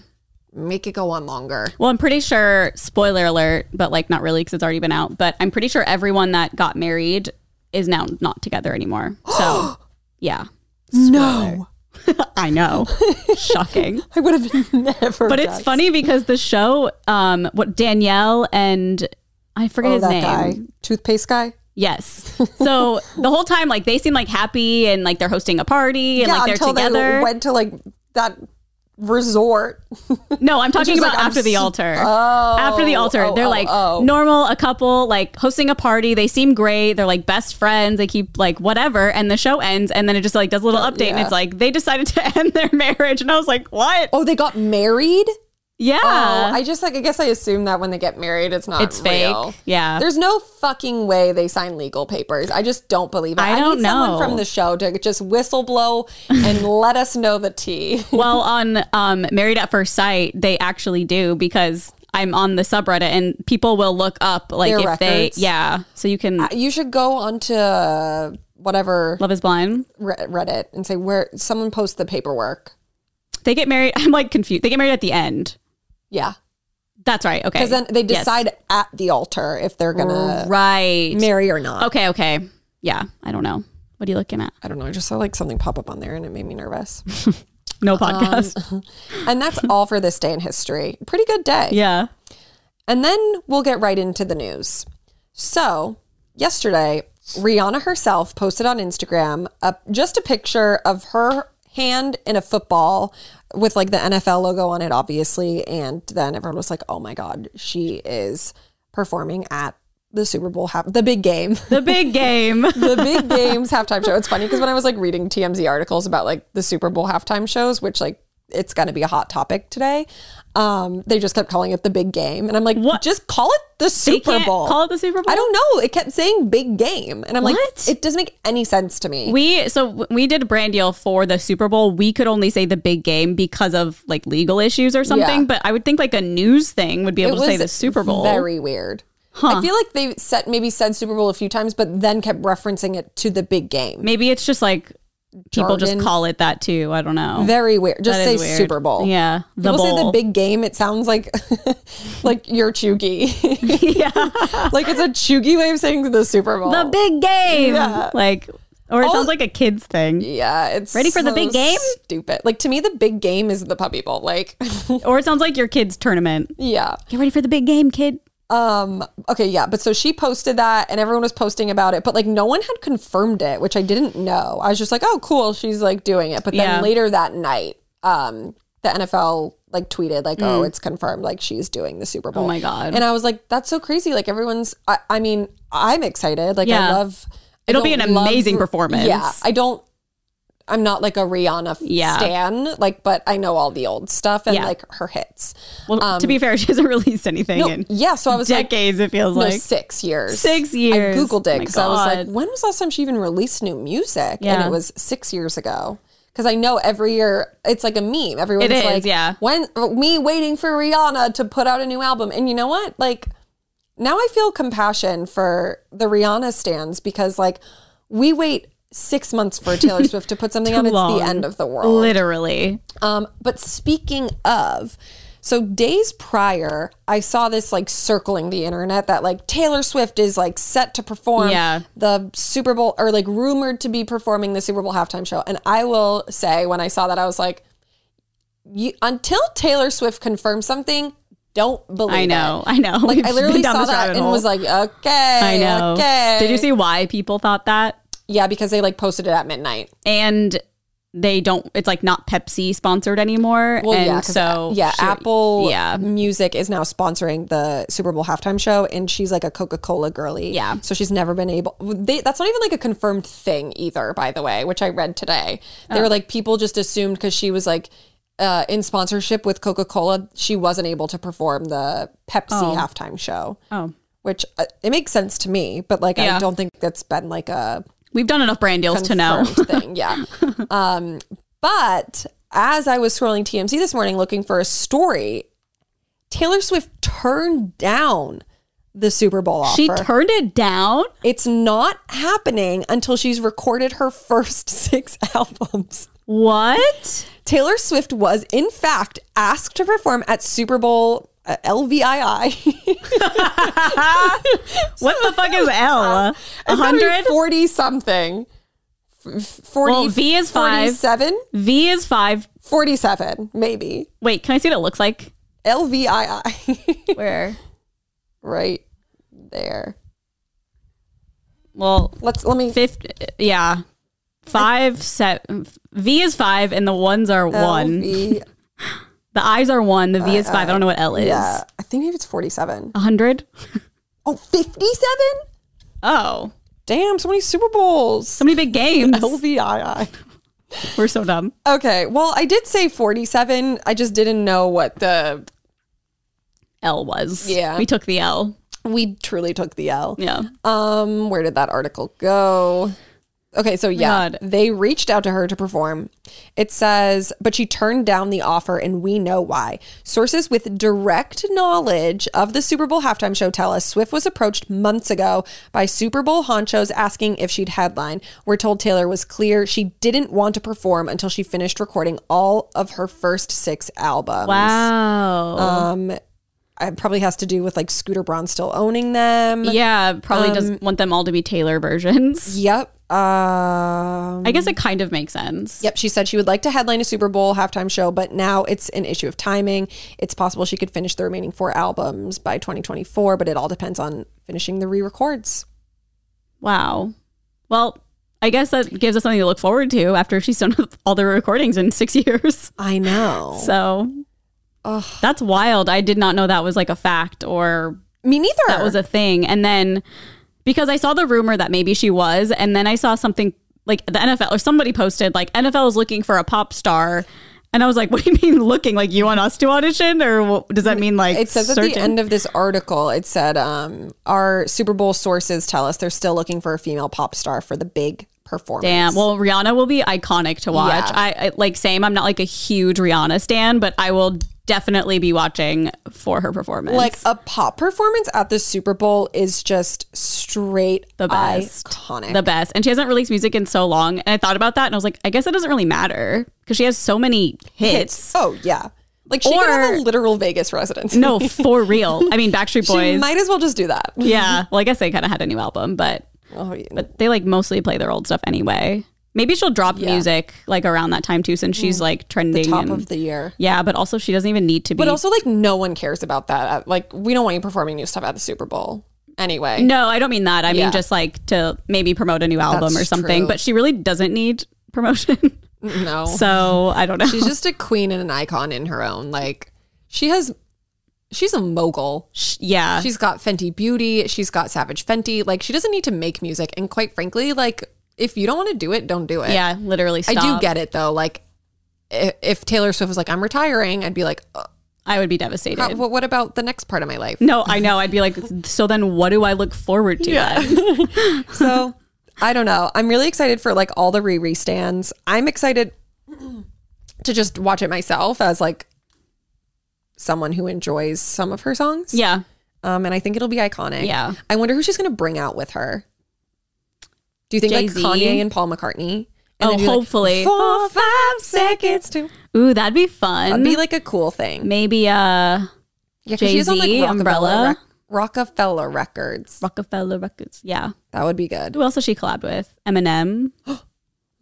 S4: make it go on longer.
S2: Well, I'm pretty sure. Spoiler alert, but like not really because it's already been out. But I'm pretty sure everyone that got married is now not together anymore. So yeah.
S1: no.
S2: I know. Shocking.
S1: I would have never.
S2: But it's funny because the show, um, what Danielle and I forget
S1: Oh,
S2: his
S1: that
S2: name.
S1: guy, toothpaste guy.
S2: Yes. So the whole time, like they seem like happy and like they're hosting a party and like they're together.
S1: they went to like that resort.
S2: no, I'm talking
S1: is,
S2: about
S1: like, I'm
S2: after the
S1: s-
S2: altar. after the altar,
S1: oh,
S2: they're
S1: oh,
S2: like
S1: oh.
S2: normal, a couple, like hosting a party. They seem great. They're like best friends. They keep like whatever, and the show ends, and then it just like does a little update, and
S1: yeah.
S2: it's like they decided to end their marriage, and I was like, what?
S1: Oh, they got married.
S2: yeah.
S1: Oh, I just like I guess I assume that when they get married, it's not
S2: It's fake.
S1: real.
S2: Yeah.
S1: There's no fucking way they sign legal papers. I just don't believe it.
S2: I don't
S1: need someone
S2: know.
S1: from the show to just whistle blow and let us know the tea.
S2: well, on um, Married at First Sight, they actually do because I'm on the subreddit and people will look up like
S1: Their
S2: if
S1: records.
S2: they, yeah. So you can
S1: you should go onto whatever
S2: Love Is Blind.
S1: Re- Reddit and say where someone posts the paperwork.
S2: They get married. I'm like confused. They get married at the end.
S1: Yeah,
S2: That's right. Okay.
S1: because then they
S2: Yes.
S1: decide at the altar if they're gonna
S2: right.
S1: marry or not.
S2: Okay. Okay. Yeah. I don't know. What are you looking at?
S1: I don't know. I just saw like something pop up on there and it made me nervous.
S2: No podcast.
S1: and that's all for this day in history. Pretty good day.
S2: yeah.
S1: And then we'll get right into the news. So, yesterday, Rihanna herself posted on Instagram a, just a picture of her hand in a football with like the NFL logo on it, obviously. And then everyone was like, oh my God, she is performing at the Super Bowl, half, the big game.
S2: The big game.
S1: the big games halftime show. It's funny because when I was like reading TMZ articles about like the Super Bowl halftime shows, which like it's going to be a hot topic today, um, they just kept calling it the big game, and I'm like,
S2: What?
S1: Just call it the
S2: They
S1: Super
S2: can't
S1: Bowl.
S2: call it the Super Bowl.
S1: I don't know. It kept saying big game, and I'm
S2: What?
S1: like, it doesn't make any sense to me.
S2: We so w- we did a brand deal for the Super Bowl. We could only say the big game because of like legal issues or something.
S1: Yeah.
S2: But I would think like a news thing would be able to say the Super Bowl.
S1: Very weird. I feel like they said maybe said Super Bowl a few times, but then kept referencing it to the big game.
S2: Maybe it's just like people just
S1: Jargon.
S2: call it that too. I don't know.
S1: Very weird. Just
S2: That
S1: say
S2: is weird.
S1: Super Bowl.
S2: Yeah, the
S1: People say the
S2: bowl.
S1: big game. It sounds like like your chuggy. yeah, like it's a chuggy way of saying the Super Bowl.
S2: the big game.
S1: Yeah.
S2: Like, or it
S1: All-
S2: sounds like a kids thing,
S1: yeah, it's
S2: Ready for the
S1: so
S2: big game?
S1: Stupid. Like to me, the big game is the Puppy Bowl. Like,
S2: or it sounds like your kids tournament.
S1: yeah.
S2: Get ready for the big game, kid.
S1: Um. Okay. Yeah. But so she posted that, and everyone was posting about it, but like no one had confirmed it, which I didn't know. I was just like, oh, cool. She's like doing it. But then
S2: Yeah.
S1: later that night, um, the NFL like tweeted like, oh, it's confirmed. Like she's doing the Super Bowl.
S2: Mm. Oh my God.
S1: And I was like, that's so crazy. Like everyone's. I, I mean, I'm excited. Like I
S2: Yeah.
S1: love. I
S2: It'll be
S1: don't
S2: an amazing performance.
S1: Yeah. I don't. I'm not like a Rihanna f-
S2: Yeah.
S1: stan, like, but I know all the old stuff and
S2: Yeah.
S1: like her hits.
S2: Well, to be fair, she hasn't released anything
S1: Um, No,
S2: in
S1: yeah, so I was like,
S2: decades. it feels
S1: no,
S2: like
S1: six years.
S2: Six years.
S1: I googled
S2: Oh
S1: it
S2: my
S1: because I was like,
S2: God.
S1: when was the last time she even released new music? And
S2: Yeah.
S1: it was six years ago. Because I know every year it's like a meme. Everyone's
S2: It is,
S1: like,
S2: yeah.
S1: when me waiting for Rihanna to put out a new album. And you know what? Like now I feel compassion for the Rihanna stands because like we wait six months for Taylor Swift to put something out. It's
S2: long.
S1: the end of the world.
S2: literally.
S1: Um, but speaking of, so days prior, I saw this like circling the internet that like Taylor Swift is like set to perform
S2: Yeah.
S1: the Super Bowl or like rumored to be performing the Super Bowl halftime show. And I will say, when I saw that, I was like, you, until Taylor Swift confirms something, don't believe
S2: I know.
S1: it.
S2: I know.
S1: Like
S2: We've
S1: I
S2: been
S1: literally
S2: down
S1: saw
S2: this
S1: that
S2: rabbit
S1: and
S2: hole.
S1: was like, okay,
S2: I know.
S1: Okay.
S2: Did you see why people thought that?
S1: Yeah, because they like posted it at midnight.
S2: And they don't. It's like not Pepsi sponsored anymore.
S1: Well,
S2: and
S1: yeah, 'cause
S2: so
S1: a- yeah,
S2: she-
S1: Apple
S2: Yeah,
S1: Music is now sponsoring the Super Bowl halftime show, and she's like a Coca Cola girly.
S2: Yeah.
S1: so she's never been able. They, that's not even like a confirmed thing either, by the way, which I read today. They
S2: Oh.
S1: were like people just assumed because she was like uh, in sponsorship with Coca Cola, she wasn't able to perform the Pepsi halftime show.
S2: Oh.
S1: Which uh, it makes sense to me, but like I
S2: Yeah.
S1: don't think that's been like a
S2: we've done enough brand deals to know.
S1: confirmed thing. Yeah. um, but as I was scrolling TMZ this morning looking for a story, Taylor Swift turned down the Super Bowl offer.
S2: She turned it down.
S1: it's not happening until she's recorded her first six albums.
S2: What?
S1: Taylor Swift was, in fact, asked to perform at Super Bowl uh, LVII.
S2: What the fuck is L? A hundred?
S1: 40 something. 40,
S2: Well, V is five.
S1: 47?
S2: V is five.
S1: 47, maybe.
S2: Wait, can I see what it looks like?
S1: LVII.
S2: Where?
S1: right there.
S2: Well,
S1: Let's let me
S2: fifth. Yeah, five. Set. V is five, and the ones
S1: Oh,
S2: are one.
S1: LV
S2: The I's are one. The V is five. I don't know what L is.
S1: Yeah, I think maybe it's 47.
S2: A hundred.
S1: Oh, 57?
S2: Oh,
S1: Damn, so many Super Bowls.
S2: so many big games.
S1: LVII.
S2: We're so dumb.
S1: Okay, well, I did say 47. I just didn't know what the.
S2: L was.
S1: Yeah.
S2: we took the L.
S1: We truly took the L.
S2: Yeah.
S1: Um, where did that article go? Okay, so yeah,
S2: Oh God.
S1: they reached out to her to perform. It says, but she turned down the offer, and we know why. Sources with direct knowledge of the Super Bowl halftime show tell us Swift was approached months ago by Super Bowl honchos asking if she'd headline. We're told Taylor was clear she didn't want to perform until she finished recording all of her first six albums.
S2: Wow.
S1: Um, it probably has to do with like Scooter Braun still owning them.
S2: yeah, probably
S1: um,
S2: doesn't want them all to be Taylor versions.
S1: Yep. Um,
S2: I guess it kind of makes sense.
S1: Yep, she said she would like to headline a Super Bowl halftime show, but now it's an issue of timing. It's possible she could finish the remaining four albums by 2024, but it all depends on finishing the re records.
S2: Wow. Well, I guess that gives us something to look forward to after she's done with all the recordings in six years.
S1: I know.
S2: So
S1: Ugh.
S2: that's wild. I did not know that was like a fact or
S1: Me neither.
S2: that was a thing. And then because I saw the rumor that maybe she was, and then I saw something like the NFL or somebody posted like NFL is looking for a pop star. And I was like, what do you mean looking? Like, you want us to audition? Or what, does that mean like
S1: it says at the
S2: certain-
S1: end of this article, it said um, our Super Bowl sources tell us they're still looking for a female pop star for the big performance.
S2: Damn. Well, Rihanna will be iconic to watch.
S1: Yeah.
S2: I, I like same. I'm not like a huge Rihanna stan, but I will definitely be watching for her performance.
S1: like a pop performance at the Super Bowl is just straight
S2: the best,
S1: iconic.
S2: the best. And she hasn't released music in so long. And I thought about that, and I was like, I guess it doesn't really matter because she has so many hits.
S1: Oh yeah, like she could have a
S2: Or-
S1: literal Vegas residence.
S2: no, for real. I mean, Backstreet
S1: she
S2: Boys.
S1: might as well just do that.
S2: yeah. Well, I guess they kind of had a new album, but
S1: Oh, yeah.
S2: but they like mostly play their old stuff anyway. Maybe she'll drop music like around that time too, since she's like trending.
S1: top
S2: and-
S1: of Mm. the year.
S2: yeah, but also she doesn't even need to be.
S1: But also, like, no one cares about that. Uh, Like, we don't want you performing new stuff at the Super Bowl anyway.
S2: No, I don't mean that. I
S1: Yeah.
S2: mean just like to maybe promote a new album
S1: That's
S2: or something.
S1: true.
S2: But she really doesn't need promotion.
S1: No,
S2: so I don't know.
S1: she's just a queen and an icon in her own. Like, she has, she's a mogul.
S2: Sh- yeah.
S1: She's got Fenty Beauty. She's got Savage Fenty. Like, she doesn't need to make music. And quite frankly, like, if you don't want to do it, don't do it.
S2: yeah, literally. Stop.
S1: I do get it though. Like, i- if Taylor Swift was like, "I'm retiring," I'd be like, uh,
S2: I would be devastated.
S1: how, Uh, what about the next part of my life?
S2: no, I know. I'd be like, so then what do I look forward to? then?
S1: So I don't know. I'm really excited for like all the re stands. I'm excited to just watch it myself as like someone who enjoys some of her songs.
S2: Yeah.
S1: Um, and I think it'll be iconic.
S2: Yeah.
S1: I wonder who she's gonna bring out with her. Do you think
S2: Jay-Z?
S1: like Kanye and Paul McCartney? And
S2: Oh,
S1: then do, like,
S2: hopefully.
S1: four, five seconds to
S2: Ooh, that'd be fun.
S1: That'd be like a cool thing.
S2: Maybe uh
S1: Yeah, 'cause she's on like
S2: Jay-Z,
S1: Rockefeller,
S2: Umbrella.
S1: Rec- Rockefeller Records.
S2: Rockefeller Records. Yeah.
S1: That would be good.
S2: Who else has she collabed with? Eminem.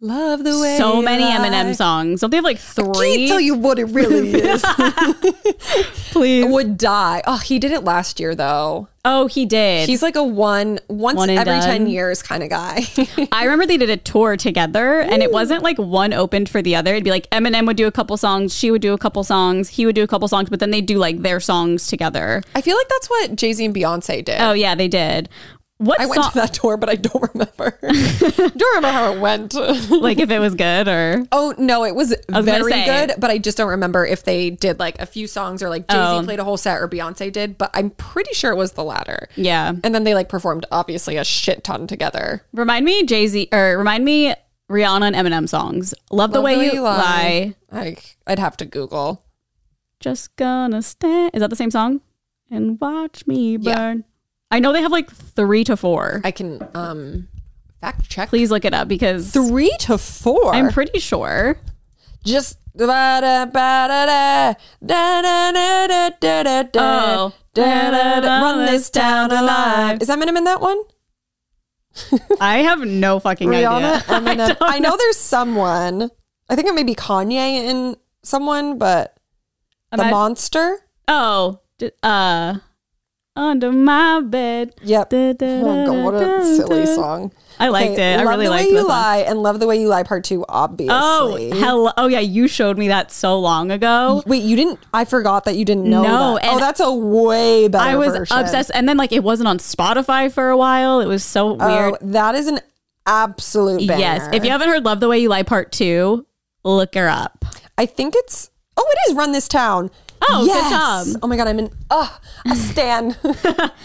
S1: Love the way
S2: So many
S1: you lie.
S2: Eminem songs. Don't they have like three?
S1: Can't tell you what it really is.
S2: Please.
S1: would die. Oh, he did it last year though.
S2: Oh, he did.
S1: He's like a one once
S2: One and
S1: every ten
S2: done.
S1: years kind of guy.
S2: I remember they did a tour together, and it wasn't like one opened for the other. It'd be like Eminem would do a couple songs, she would do a couple songs, he would do a couple songs, but then they do like their songs together.
S1: I feel like that's what Jay Z and Beyonce did.
S2: Oh yeah, they did. What
S1: I went
S2: song?
S1: to that tour, but I don't remember. don't remember how it went.
S2: like if it was good or
S1: oh no, it was,
S2: was gonna
S1: very
S2: say.
S1: good, but I just don't remember if they did like a few songs or like Jay Z
S2: Oh.
S1: played a whole set or Beyonce did. But I'm pretty sure it was the latter.
S2: yeah.
S1: And then they like performed obviously a shit ton together.
S2: Remind me Jay Z or remind me Rihanna and Eminem songs. Love, the, way you lie.
S1: Like I'd have to Google.
S2: Just gonna stand. Is that the same song? And watch me
S1: Yeah.
S2: burn. I know they have like three to four.
S1: I can um fact check.
S2: Please look it up because
S1: Three to 4
S2: I'm pretty sure.
S1: just ba da ba da da da da da da da da da
S2: Oh.
S1: da da da run this town alive. Is that Eminem in that one?
S2: I have no fucking
S1: Rihanna,
S2: idea.
S1: Eminem. I, know there's someone. I think it may be Kanye in someone, but the
S2: Imag-
S1: monster.
S2: Oh, d- uh, under my bed.
S1: Yep.
S2: Da, da,
S1: Oh god, what a
S2: da,
S1: silly
S2: da.
S1: song.
S2: I liked
S1: Okay,
S2: it. I
S1: Love
S2: really
S1: the
S2: liked
S1: way
S2: this
S1: you
S2: one.
S1: lie and love the way you lie. Part two, obviously.
S2: Oh, hello. Oh, yeah. You showed me that so long ago.
S1: Wait, you didn't? I forgot that you didn't know.
S2: No,
S1: that. oh,
S2: and
S1: that's a way better.
S2: I was
S1: version.
S2: obsessed. And then, like, it wasn't on Spotify for a while. It was so weird.
S1: Oh, that is an absolute banger.
S2: Yes. If you haven't heard Love the Way You Lie Part 2, look her up.
S1: I think it's. Oh, it is Run This Town.
S2: Oh, good
S1: Yes.
S2: job.
S1: Oh my god, I'm in. Oh, a stan.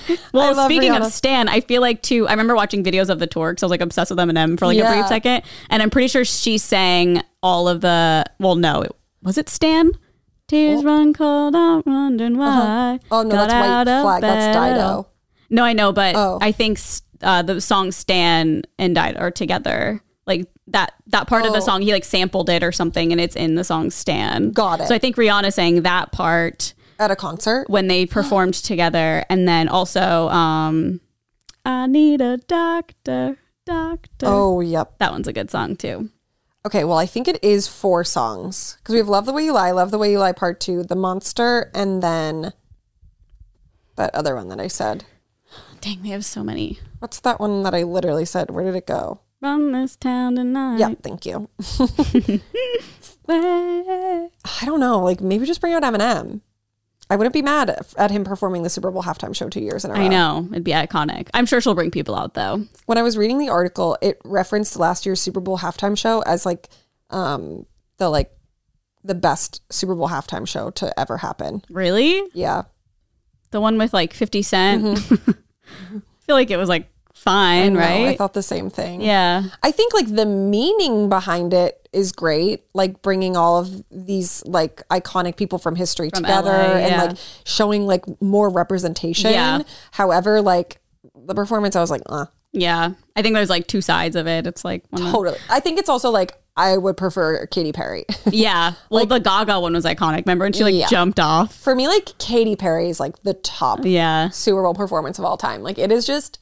S1: I
S2: Well,
S1: love
S2: speaking
S1: Rihanna.
S2: of Stan, I feel like too. I remember watching videos of the tour because I was like obsessed with Eminem for like a brief
S1: Yeah.
S2: second, and I'm pretty sure she sang all of the. Well, no, it, was it Stan? Tears run cold, I'm wondering why.
S1: Oh no,
S2: Got
S1: that's
S2: out
S1: White
S2: of
S1: Flag. That's
S2: bed.
S1: Dido.
S2: No, I know, but
S1: Oh.
S2: I think s- uh, the song Stan and Dido are together. Like that that part
S1: Oh.
S2: of the song, he like sampled it or something, and it's in the song Stan.
S1: Got it.
S2: So I think Rihanna sang that part
S1: At a concert.
S2: when they performed together and then also um i need a doctor doctor
S1: Oh, yep.
S2: that one's a good song too
S1: Okay, well, I think it is four songs because we have "Love the Way You Lie," "Love the Way You Lie" Part Two, "The Monster," and then that other one that I said.
S2: dang they have so many
S1: What's that one that I literally said? Where did it go?
S2: run this town tonight
S1: Yeah, thank you.
S2: Way.
S1: I don't know. Like maybe just bring out Eminem. I wouldn't be mad if- at him performing the Super Bowl halftime show two years in a row.
S2: i know it'd be iconic i'm sure she'll bring people out though
S1: When I was reading the article, it referenced last year's Super Bowl halftime show as like um, the like the best Super Bowl halftime show to ever happen.
S2: really
S1: Yeah,
S2: the one with like 50 cent i feel like it was like fine
S1: No,
S2: right
S1: Mm-hmm. I thought the same thing.
S2: yeah
S1: I think like the meaning behind it is great, like bringing all of these like iconic people from history together
S2: LA, yeah.
S1: and like showing like more representation.
S2: Yeah.
S1: However, like the performance, I was like, uh,
S2: yeah i think there's like two sides of it it's like one of-
S1: totally. I think it's also like I would prefer Katy Perry.
S2: yeah well the gaga one was iconic remember and she like
S1: Yeah.
S2: jumped off
S1: For me, like Katy Perry is like the top
S2: yeah
S1: Super Bowl performance of all time. Like it is just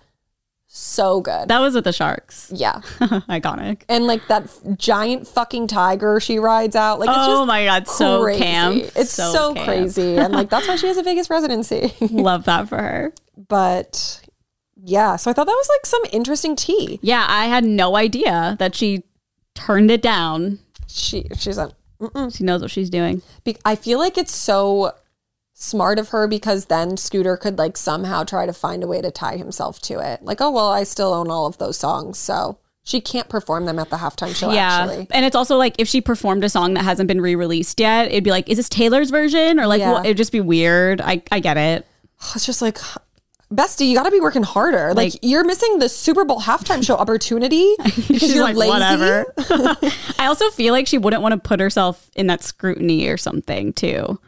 S1: so good.
S2: that was with the sharks
S1: yeah.
S2: Iconic.
S1: And like that f- giant fucking tiger she rides out. Like it's
S2: oh
S1: just
S2: my god, so
S1: crazy.
S2: camp.
S1: It's so,
S2: camp.
S1: crazy. And like that's why she has a Vegas residency.
S2: Love that for her.
S1: but yeah, so I thought that was like some interesting tea.
S2: Yeah, I had no idea that she turned it down.
S1: She she's a
S2: She knows what she's doing.
S1: be- I feel like it's so smart of her because then Scooter could like somehow try to find a way to tie himself to it. Like, oh well, I still own all of those songs, so she can't perform them at the halftime show
S2: yeah.
S1: actually.
S2: And it's also like if she performed a song that hasn't been re-released yet, it'd be like, is this Taylor's version? Or like
S1: Yeah.
S2: well, it'd just be weird. I, I get it.
S1: It's just like Bestie, you got to be working harder. Like,
S2: Like-
S1: you're missing the Super Bowl halftime show opportunity because
S2: she's
S1: you're
S2: like,
S1: lazy.
S2: whatever. I also feel like she wouldn't want to put herself in that scrutiny or something too.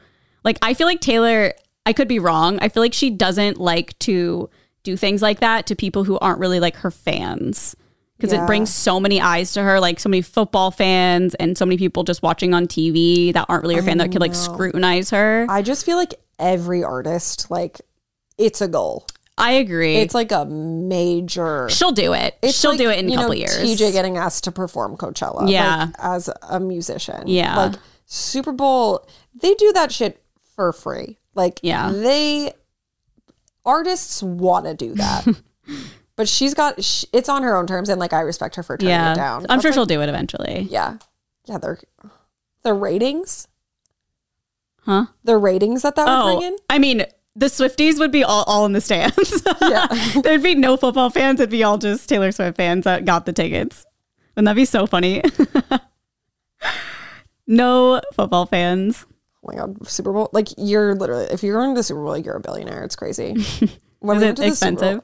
S2: Like I feel like Taylor, I could be wrong. I feel like she doesn't like to do things like that to people who aren't really like her fans because it
S1: Yeah.
S2: brings so many eyes to her, like so many football fans and so many people just watching on TV that aren't really her fan that could like scrutinize her. I,
S1: I just feel like every artist, like, it's a goal.
S2: agree.
S1: It's like a major.
S2: She'll do it.
S1: It's
S2: She'll
S1: like,
S2: do it in a
S1: you know,
S2: couple years.
S1: TJ getting asked to perform Coachella,
S2: Yeah.
S1: like, as a musician,
S2: Yeah.
S1: Like Super Bowl, they do that shit for free. Like,
S2: Yeah.
S1: they artists want to do that, but she's got sh it's on her own terms, and like I respect her for turning
S2: yeah.
S1: it down.
S2: I'm
S1: That's,
S2: sure
S1: like,
S2: she'll do it eventually.
S1: Yeah, yeah. Their the ratings,
S2: Huh? Oh.
S1: the ratings that that would bring in.
S2: I mean, the Swifties would be all, all in the stands.
S1: Yeah.
S2: There'd be no football fans. It'd be all just Taylor Swift fans that got the tickets. Wouldn't that be so funny? no football fans.
S1: Oh my god, Super Bowl! Like you're literally, if you're going to the Super Bowl, like you're a billionaire. It's crazy. When
S2: Is
S1: we
S2: it
S1: went to the Super Bowl-
S2: expensive?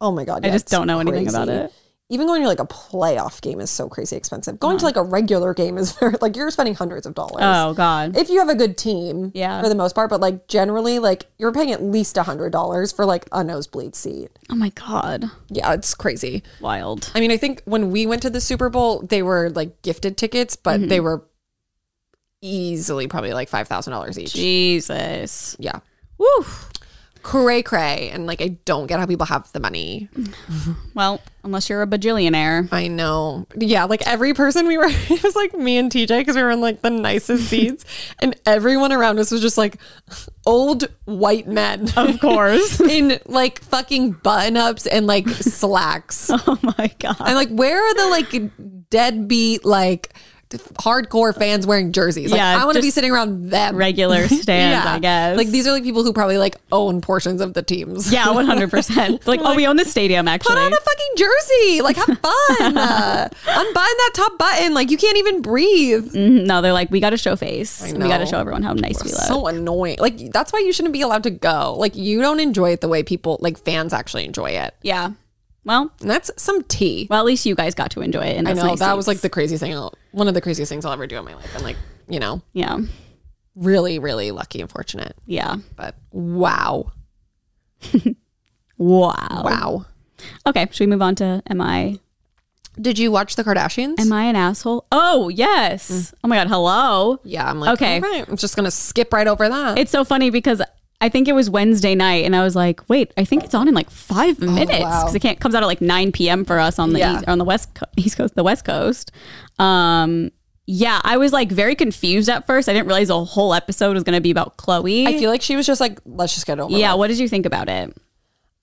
S1: oh my god,
S2: I
S1: yeah,
S2: just
S1: it's
S2: don't know anything about
S1: crazy.
S2: it.
S1: Even going to like a playoff game is so crazy expensive. Going to like a regular game is very, like you're spending hundreds of dollars.
S2: Oh, God.
S1: If you have a good team,
S2: Yeah.
S1: for the most part, but like generally, like you're paying at least a hundred dollars for like a nosebleed seat.
S2: Oh, my God.
S4: Yeah, it's crazy.
S2: Wild.
S4: I mean, I think when we went to the Super Bowl, they were like gifted tickets, but
S2: Mm-hmm.
S4: they were easily probably like $5,000 each.
S2: Jesus.
S4: Yeah.
S2: Woo.
S1: cray cray. And like, I don't get how people have the money.
S2: Well, unless you're a bajillionaire.
S1: I know. Yeah, like every person we were, it was like me and TJ because we were in like the nicest seats, and everyone around us was just like old white men.
S2: Of course.
S1: in like fucking button ups and like slacks.
S2: oh my god.
S1: I'm like, where are the like deadbeat, like hardcore fans wearing jerseys? Like,
S2: Yeah,
S1: I want to be
S2: just
S1: sitting around them.
S2: Regular stands, I guess.
S1: Like these are like people who probably like own portions of the teams.
S2: Yeah, one hundred percent. Like, oh, we own this stadium actually.
S1: Put on a fucking jersey. Like, have fun. uh, unbutton that top button. Like, you can't even breathe.
S2: Mhm. No, they're like, we got to show face. We got to
S1: know.
S2: show everyone how nice we look.
S1: So annoying. Like, that's why you shouldn't be allowed to go. Like, you don't enjoy it the way people, like, fans actually enjoy it.
S2: yeah. Well,
S1: And that's some tea.
S2: well, at least you guys got to enjoy it. And
S1: I
S2: that's
S1: know
S2: nice
S1: that was like
S2: things.
S1: the craziest thing. I'll, one of the craziest things I'll ever do in my life. And like, you know,
S2: yeah,
S1: really, really lucky and fortunate.
S2: yeah.
S1: But wow,
S2: Wow.
S1: wow.
S2: Okay, should we move on to am I
S1: Did you watch the Kardashians?
S2: am I an asshole? Oh yes. Oh my god. Hello.
S1: Mm. yeah, I'm like,
S2: Okay.
S1: okay. I'm just gonna skip right over that.
S2: It's so funny because I think it was Wednesday night, and I was like, "Wait, I think it's on in like five minutes
S1: Oh, wow.
S2: because it can't comes out at like nine p.m. for us on the
S1: Yeah.
S2: east, on the west co- east coast, the west coast." Um, yeah, I was like very confused at first. I didn't realize the whole episode was going to be about Chloe.
S1: I feel like she was just like, let's just get it over.
S2: yeah,
S1: with.
S2: what did you think about it?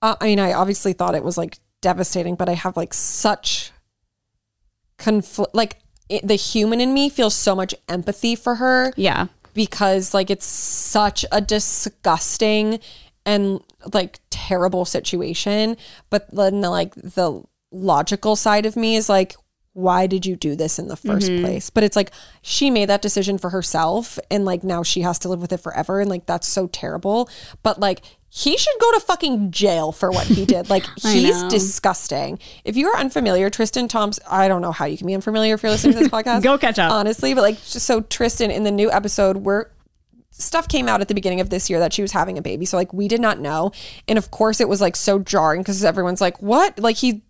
S1: Uh, I mean, I obviously thought it was like devastating, but I have like such conflict. Like it, the human in me feels so much empathy for her.
S2: Yeah,
S1: because like it's such a disgusting and like terrible situation but then the, like the logical side of me is like why did you do this in the 1st
S2: Mm-hmm.
S1: place but it's like she made that decision for herself and like now she has to live with it forever and like that's so terrible but like he should go to fucking jail for what he did like he's
S2: know.
S1: disgusting if you're unfamiliar tristan thompson i don't know how you can be unfamiliar if you're listening to this podcast
S2: Go catch up.
S1: honestly. But like, just so Tristan in the new episode, where stuff came out at the beginning of this year that she was having a baby, so like we did not know, and of course it was like so jarring because everyone's like, "What?" Like he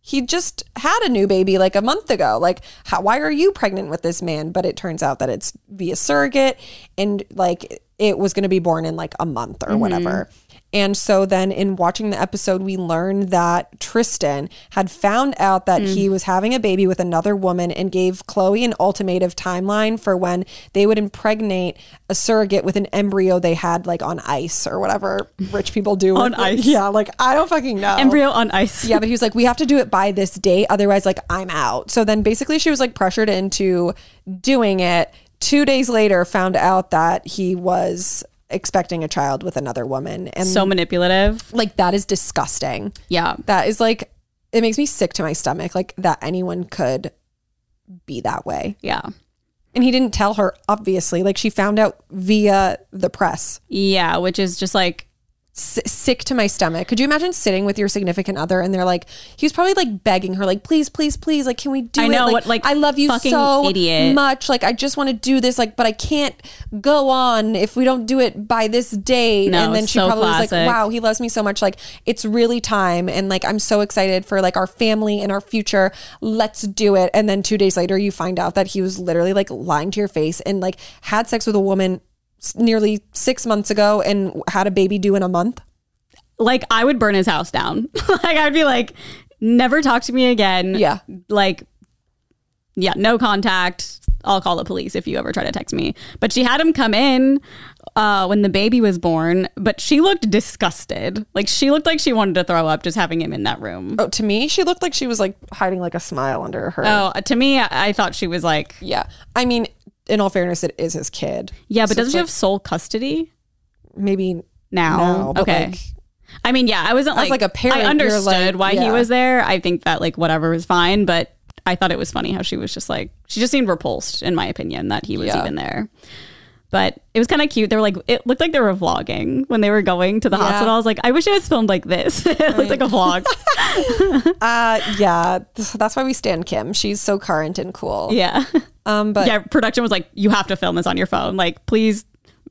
S1: he just had a new baby like a month ago. Like, how, why are you pregnant with this man? But it turns out that it's via surrogate, and like it was going to be born in like a month or whatever. And so then in watching the episode, we learned that Tristan had found out that
S2: Mm.
S1: he was having a baby with another woman and gave Chloe an ultimatum timeline for when they would impregnate a surrogate with an embryo they had like on ice or whatever rich people do.
S2: On
S1: with it.
S2: ice.
S1: Yeah, like I don't fucking know.
S2: embryo on ice.
S1: Oh. Yeah, but he was like, we have to do it by this date. Otherwise, like, I'm out. So then basically, she was like pressured into doing it. Two days later, found out that he was expecting a child with another woman. And
S2: so manipulative.
S1: like, that is disgusting.
S2: Yeah,
S1: That is like, it makes me sick to my stomach, like, that anyone could be that way.
S2: yeah,
S1: And he didn't tell her, obviously. Like, she found out via the press.
S2: yeah. Which is just like
S1: s- sick to my stomach. Could you imagine sitting with your significant other and they're like, he was probably like begging her, like, please, please, please, like, can we do
S2: I
S1: it?
S2: know,
S1: like,
S2: what, like,
S1: I love you
S2: fucking
S1: so
S2: idiot.
S1: much. Like, I just want to do this, like, but I can't go on if we don't do it by this date.
S2: No,
S1: and then
S2: it's
S1: she
S2: so
S1: probably was like,
S2: classic.
S1: wow, he loves me so much. Like, it's really time. And like, I'm so excited for like our family and our future. Let's do it. And then two days later, you find out that he was literally like lying to your face and like had sex with a woman. s- Nearly six months ago, and had a baby due in a month.
S2: like I would burn his house down. like I'd be like, never talk to me again.
S1: Yeah.
S2: Like, yeah, no contact. I'll call the police if you ever try to text me. But she had him come in uh, when the baby was born, but she looked disgusted. Like she looked like she wanted to throw up just having him in that room.
S1: Oh, to me, she looked like she was like hiding like a smile under her.
S2: Oh, to me, I, I thought she was like,
S1: Yeah. I mean, in all fairness, it is his kid.
S2: yeah, but
S1: So
S2: doesn't
S1: it's
S2: she
S1: like-
S2: have sole custody
S1: Maybe
S2: now?
S1: now. but,
S2: okay.
S1: like,
S2: I mean, yeah, I wasn't
S1: As,
S2: like,
S1: like, a parent,
S2: I
S1: you're, like,
S2: understood why he
S1: yeah.
S2: was there. I think that like whatever was fine, but I thought it was funny how she was just like she just seemed repulsed, in my opinion, that he was
S1: Yeah.
S2: even there. But it was kind of cute. They were like, it looked like they were vlogging when they were going to the hospital. I was like, I wish it was filmed like this. it looked like a vlog.
S1: uh, yeah. That's why we stand Kim. She's so current and cool.
S2: yeah,
S1: Um, but
S2: yeah. Production was like, you have to film this on your phone. Like, please,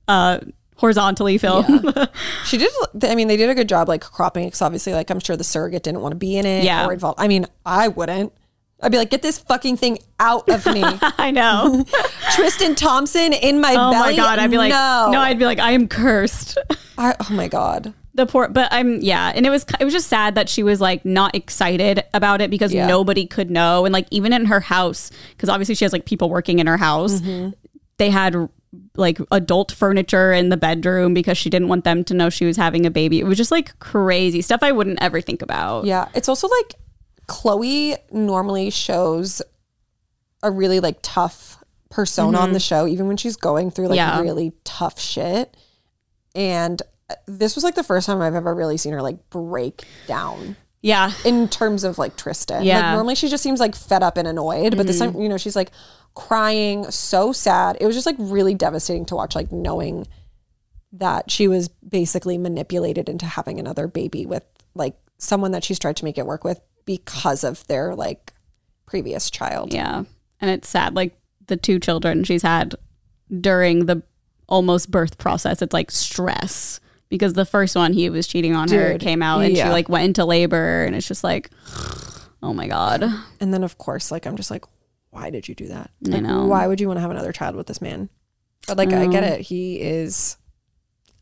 S2: uh, horizontally film. Yeah,
S1: she did. I mean, they did a good job like cropping because obviously, like I'm sure the surrogate didn't want to be in it.
S2: Yeah.
S1: Or involved. I mean, I wouldn't. I'd be like, get this fucking thing out of me,
S2: I know.
S1: Tristan Thompson in my
S2: oh
S1: belly.
S2: my god, I'd be like,
S1: no.
S2: no, I'd be like, I am cursed.
S1: I, oh my god.
S2: the poor but i'm yeah and it was it was just sad that she was like not excited about it because nobody could know and like even in her house because obviously she has like people working in her house they had like adult furniture in the bedroom because she didn't want them to know she was having a baby it was just like crazy stuff i wouldn't ever think about
S1: Yeah, it's also like Chloe normally shows a really like tough persona on the show, even when she's going through like
S2: Mm-hmm. Yeah.
S1: really tough shit. And uh, this was like the first time I've ever really seen her like break down
S2: yeah
S1: in terms of like Tristan.
S2: Yeah. Mm-hmm.
S1: Like normally she just seems like fed up and annoyed, but this time, you know, she's like crying, so sad. It was just like really devastating to watch, like knowing that she was basically manipulated into having another baby with like someone that she's tried to make it work with because of their like previous child.
S2: yeah and it's sad like the two children she's had during the almost birth process it's like stress because the first one he was cheating on her
S1: Dude,
S2: came out and
S1: yeah.
S2: she like went into labor and it's just like oh my god
S1: And then of course, like I'm just like, why did you do that?
S2: i know Mm.
S1: Why would you want to have another child with this man? But like I get it. He is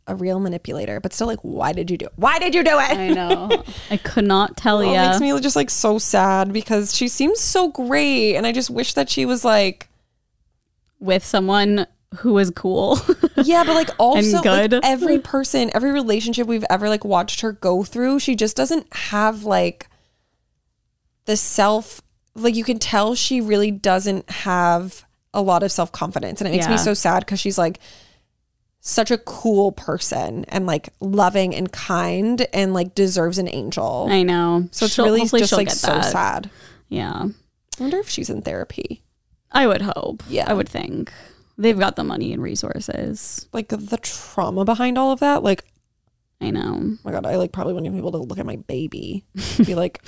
S1: a real manipulator, but still like why did you do it? Why did you do it?
S2: i know i could not tell
S1: Well,
S2: you
S1: It makes me just like so sad because she seems so great, and I just wish that she was like,
S2: with someone who was cool
S1: yeah, but like also like,
S2: good.
S1: every person, every relationship we've ever like watched her go through, she just doesn't have like the self. Like you can tell she really doesn't have a lot of self confidence, and it makes me
S2: Yeah.
S1: so sad because she's like such a cool person and like loving and kind and like deserves an angel.
S2: i know
S1: so it's
S2: She'll-
S1: really
S2: hopefully
S1: just
S2: she'll
S1: like
S2: get
S1: so
S2: that.
S1: sad.
S2: yeah
S1: I wonder if she's in therapy.
S2: i would hope
S1: Yeah.
S2: i would think they've got the money and resources
S1: like the trauma behind all of that. Like,
S2: i know
S1: oh my God, I like probably wouldn't even be able to look at my baby. Be like,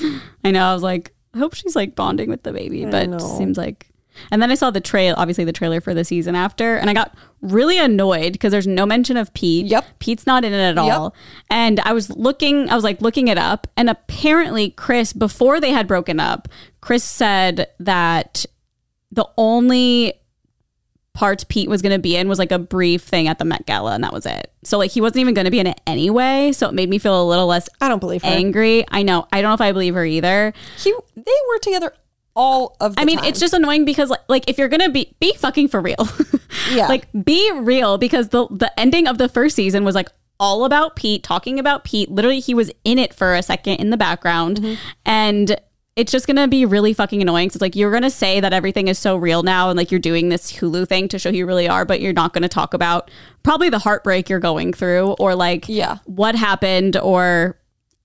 S2: I know. I was like, I hope she's like bonding with the baby, but
S1: know.
S2: it seems like. And then I saw the trail, obviously the trailer for the season after, and I got really annoyed because there's no mention of Pete.
S1: Yep.
S2: Pete's not in it at all. And I was looking, I was like looking it up, and apparently Chris, before they had broken up, Chris said that the only parts Pete was going to be in was like a brief thing at the Met Gala, and that was it. So like he wasn't even going to be in it anyway. So it made me feel a little less
S1: I don't believe her.
S2: angry. I know. I don't know if I believe her either.
S1: He, they were together all of. the
S2: I mean,
S1: time.
S2: it's just annoying because like, like if you're gonna be be fucking for real,
S1: Yeah.
S2: like be real because the the ending of the first season was like all about Pete talking about Pete. Literally, he was in it for a second in the background,
S1: Mm-hmm.
S2: and it's just gonna be really fucking annoying. 'cause it's like you're gonna say that everything is so real now, and like you're doing this Hulu thing to show who you really are, but you're not gonna talk about probably the heartbreak you're going through or like
S1: Yeah.
S2: what happened or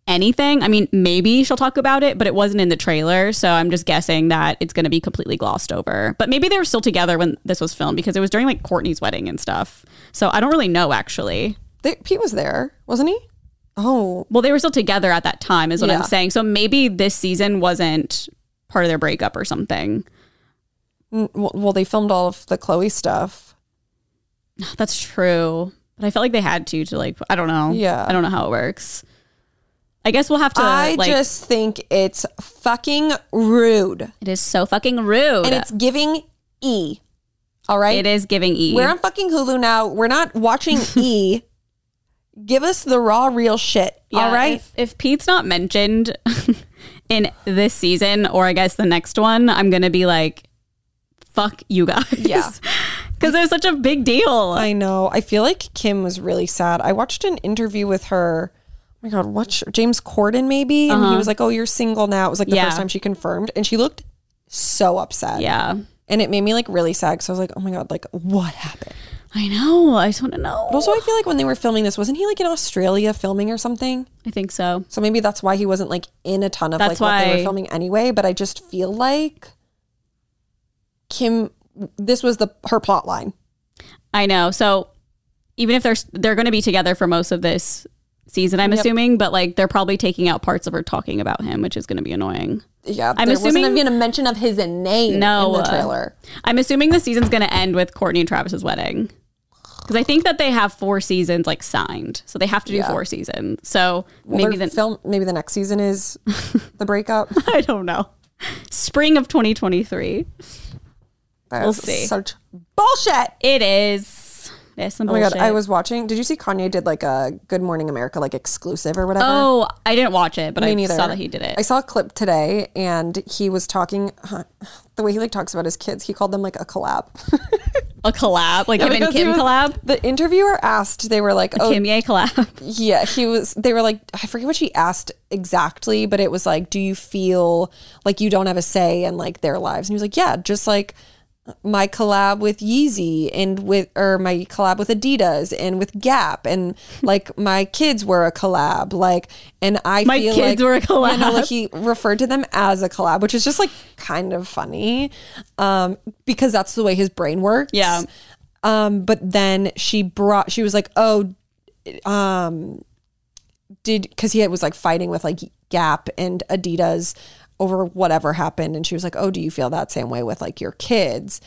S2: anything. I mean, maybe she'll talk about it, but it wasn't in the trailer, so I'm just guessing that it's going to be completely glossed over. But maybe they were still together when this was filmed because it was during like Courtney's wedding and stuff. So I don't really know actually.
S1: They, Pete was there, wasn't he? Oh,
S2: Well, they were still together at that time is what
S1: Yeah.
S2: I'm saying. So maybe this season wasn't part of their breakup or something.
S1: n- well, well, they filmed all of the Chloe stuff.
S2: That's true. But I felt like they had to to like I don't know.
S1: Yeah.
S2: I don't know how it works. I guess we'll have to
S1: I
S2: like
S1: just think it's fucking rude,
S2: it is so fucking rude.
S1: and it's giving E. All right,
S2: Oh, it is giving E.
S1: We're on fucking Hulu now. We're not watching E. Give us the raw, real shit. all
S2: Yeah,
S1: right.
S2: If, if Pete's not mentioned in this season, or I guess the next one, I'm gonna be like, "Fuck you guys."
S1: Yeah.
S2: because it was such a big deal.
S1: I know. I feel like Kim was really sad. I watched an interview with her. Oh my God, what? sh- James Corden, maybe? And he was like, Oh, you're single now. It was like the
S2: Uh-huh. Yeah.
S1: first time she confirmed. And she looked so upset.
S2: yeah,
S1: And it made me like really sad. So I was like, Oh my God, like what happened?
S2: I know. I just want to know.
S1: But also, I feel like when they were filming this, wasn't he like in Australia filming or something?
S2: I think so.
S1: So maybe that's why he wasn't like in a ton of like
S2: That's
S1: what they were
S2: why-
S1: filming anyway. But I just feel like Kim, this was the her plot line.
S2: I know. So even if they're they're going to be together for most of this season, I'm assuming, but like they're probably taking out parts of her talking about him, which is going to be annoying.
S1: Yeah,
S2: I'm
S1: there
S2: assuming-
S1: wasn't even a mention of his name
S2: No,
S1: in the
S2: uh,
S1: trailer.
S2: I'm assuming the season's going to end with Courtney and Travis's wedding. Because I think that they have four seasons like signed, so they have to do four seasons. So
S1: Well,
S2: maybe
S1: their
S2: then
S1: film maybe the next season is the breakup.
S2: I don't know. Spring of 2023.
S1: That is
S2: see.
S1: Such bullshit.
S2: It is. There's some
S1: Oh my god,
S2: bullshit.
S1: I was watching. Did you see Kanye did like a Good Morning America like exclusive or whatever?
S2: Oh, I didn't watch it, but I
S1: neither.
S2: saw that he did it.
S1: I saw a clip today, and he was talking. Huh, the way he like talks about his kids, he called them like a collab.
S2: a collab, like him and
S1: Because he
S2: Kim
S1: was-
S2: collab,
S1: The interviewer asked. They were like, "Oh,
S2: Kim Ye collab.
S1: yeah." He was. They were like, I forget what she asked exactly, but it was like, "Do you feel like you don't have a say in like their lives?" And he was like, "Yeah, just like." my collab with Yeezy and with or my collab with Adidas and with Gap and like my kids were a collab like and I
S2: My
S1: feel
S2: kids
S1: like,
S2: were a collab.
S1: You know, like he referred to them as a collab, which is just like kind of funny um, because that's the way his brain works.
S2: Yeah.
S1: Um, but then she brought she was like, oh, um, did because he had, was like fighting with like Gap and Adidas over whatever happened, and she was like, "Oh, do you feel that same way with like your kids?"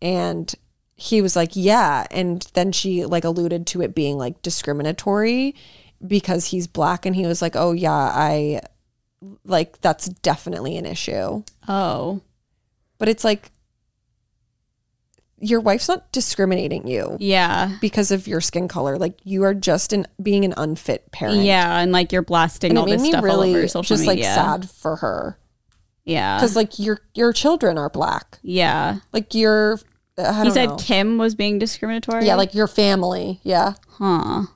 S1: And he was like, "Yeah," and then she like alluded to it being like discriminatory because he's black, and he was like, "Oh yeah, I like that's definitely an issue,"
S2: Oh,
S1: but it's like your wife's not discriminating you
S2: yeah,
S1: because of your skin color. Like you are just an being an unfit parent.
S2: yeah, and like you're blasting
S1: And it
S2: all
S1: made
S2: this
S1: me
S2: stuff all
S1: really
S2: over
S1: just
S2: social
S1: like
S2: media.
S1: sad for her
S2: Yeah,
S1: because like your your children are black.
S2: yeah.
S1: Like your I
S2: He
S1: don't
S2: said
S1: know.
S2: Kim was being discriminatory.
S1: yeah, like your family. Yeah,
S2: huh.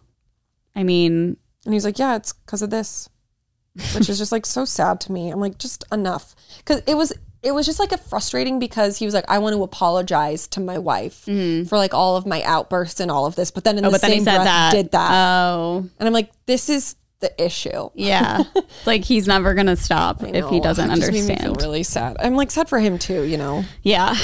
S2: I mean,
S1: and he's like, yeah, it's because of this, which is just like so sad to me. I'm like, just enough because it was. It was just like a frustrating because he was like, I want to apologize to my wife for like all of my outbursts and all of this, but then in
S2: Mm-hmm. oh,
S1: the
S2: but then
S1: same
S2: he said
S1: breath
S2: that.
S1: did that,
S2: Oh,
S1: and I'm like, this is the issue.
S2: yeah. It's like he's never gonna stop if he
S1: know.
S2: doesn't
S1: It just made me feel
S2: understand.
S1: really sad. I'm like sad for him too, you know.
S2: yeah.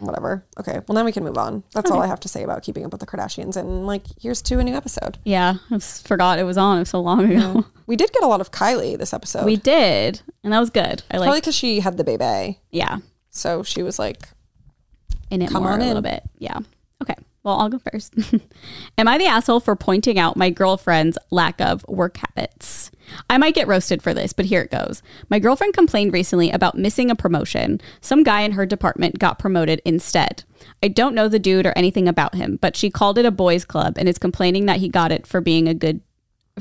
S1: Whatever. Okay. Well, now we can move on. That's all I have to say about keeping up with the Kardashians. And like, here's to a new episode.
S2: Yeah, I s- forgot it was on. It was so long ago.
S1: We did get a lot of Kylie this episode.
S2: We did, and that was good. I
S1: Probably
S2: like.
S1: because she had the baby,
S2: Yeah,
S1: so she was like,
S2: in it
S1: Come
S2: more
S1: on
S2: a
S1: in.
S2: little bit. Yeah. Okay. Well, I'll go first. Am I the asshole for pointing out my girlfriend's lack of work habits? I might get roasted for this, but here it goes. My girlfriend complained recently about missing a promotion. Some guy in her department got promoted instead. I don't know the dude or anything about him, but she called it a boys club and is complaining that he got it for being a good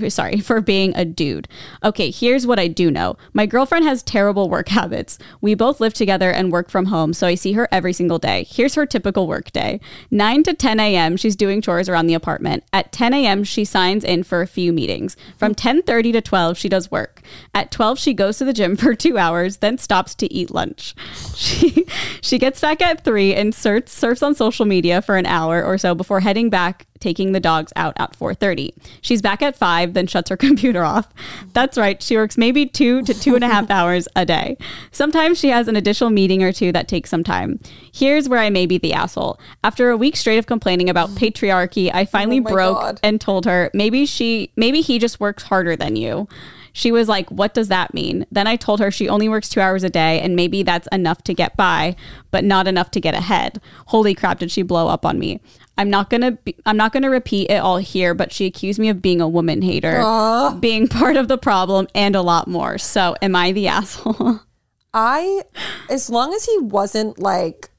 S2: sorry, for being a dude. Okay, here's what I do know. My girlfriend has terrible work habits. We both live together and work from home, so I see her every single day. Here's her typical work day 9 to 10 a.m., she's doing chores around the apartment. At 10 a.m., she signs in for a few meetings. From 10.30 to 12, she does work. At 12, she goes to the gym for two hours, then stops to eat lunch. She, she gets back at 3 and surfs, surfs on social media for an hour or so before heading back taking the dogs out at 4.30 she's back at 5 then shuts her computer off that's right she works maybe two to two and a half hours a day sometimes she has an additional meeting or two that takes some time here's where i may be the asshole after a week straight of complaining about patriarchy i finally
S1: Oh my
S2: broke
S1: God.
S2: and told her maybe she maybe he just works harder than you she was like what does that mean then i told her she only works two hours a day and maybe that's enough to get by but not enough to get ahead holy crap did she blow up on me i'm not gonna be, i'm not gonna repeat it all here but she accused me of being a woman hater
S1: "Uh,
S2: being part of the problem and a lot more so am i the asshole
S1: I, as long as he wasn't like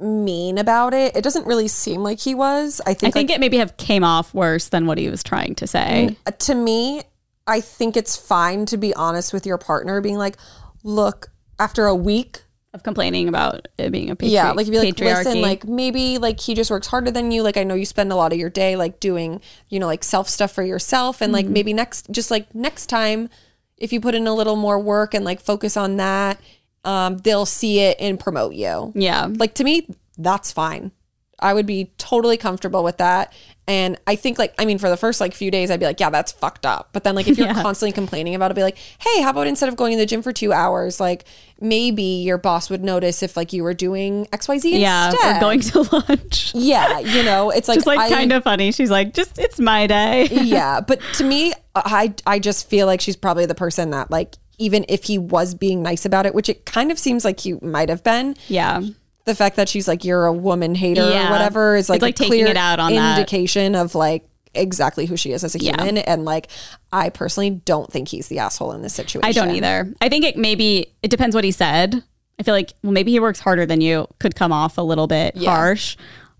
S1: mean about it, it doesn't really seem like he was. I
S2: i
S1: think, like,
S2: think
S1: Mm. uh,
S2: it maybe have came off worse than what he was trying to say
S1: to me, I think it's fine to be honest with your partner, being like, look, after a week,
S2: of complaining about it being a patri-
S1: yeah like you'd be like listen
S2: patriarchy.
S1: like maybe like he just works harder than you like i know you spend a lot of your day like doing you know like self stuff for yourself and like
S2: Mm-hmm.
S1: maybe next just like next time if you put in a little more work and like focus on that um they'll see it and promote you
S2: yeah
S1: like to me that's fine i would be totally comfortable with that and i think like i mean for the first like few days i'd be like yeah that's fucked up but then like if you're constantly complaining about it be like hey how about instead of going to the gym for two hours like maybe your boss would notice if like you were doing xyz
S2: yeah
S1: instead.
S2: we're going to lunch
S1: yeah you know it's like,
S2: It's like
S1: I-
S2: kind of funny. She's like, just it's my day.
S1: yeah but to me i i just feel like she's probably the person that like even if he was being nice about it which it kind of seems like he might have been
S2: Yeah.
S1: the fact that she's like you're a woman hater
S2: Yeah.
S1: or whatever is
S2: It's
S1: like,
S2: like
S1: a
S2: taking
S1: clear
S2: it out on that.
S1: indication of like exactly who she is as a human and like i personally don't think he's the asshole in this situation
S2: I don't either. I think it maybe it depends what he said. I feel like, well, maybe he works harder than you could come off a little bit harsh,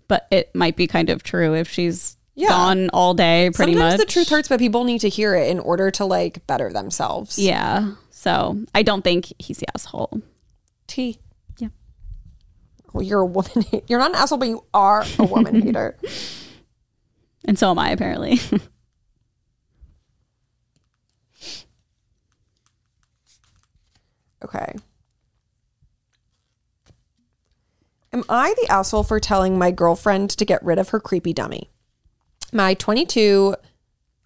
S2: but it might be kind of true if she's gone all day pretty
S1: Sometimes
S2: much.
S1: the truth hurts, but people need to hear it in order to like better themselves.
S2: Yeah. So I don't think he's the asshole.
S1: T.
S2: Yeah.
S1: Well, you're a woman. You're not an asshole, but you are a woman hater.
S2: And so am I, apparently.
S1: Okay. Am I the asshole for telling my girlfriend to get rid of her creepy dummy? My 22,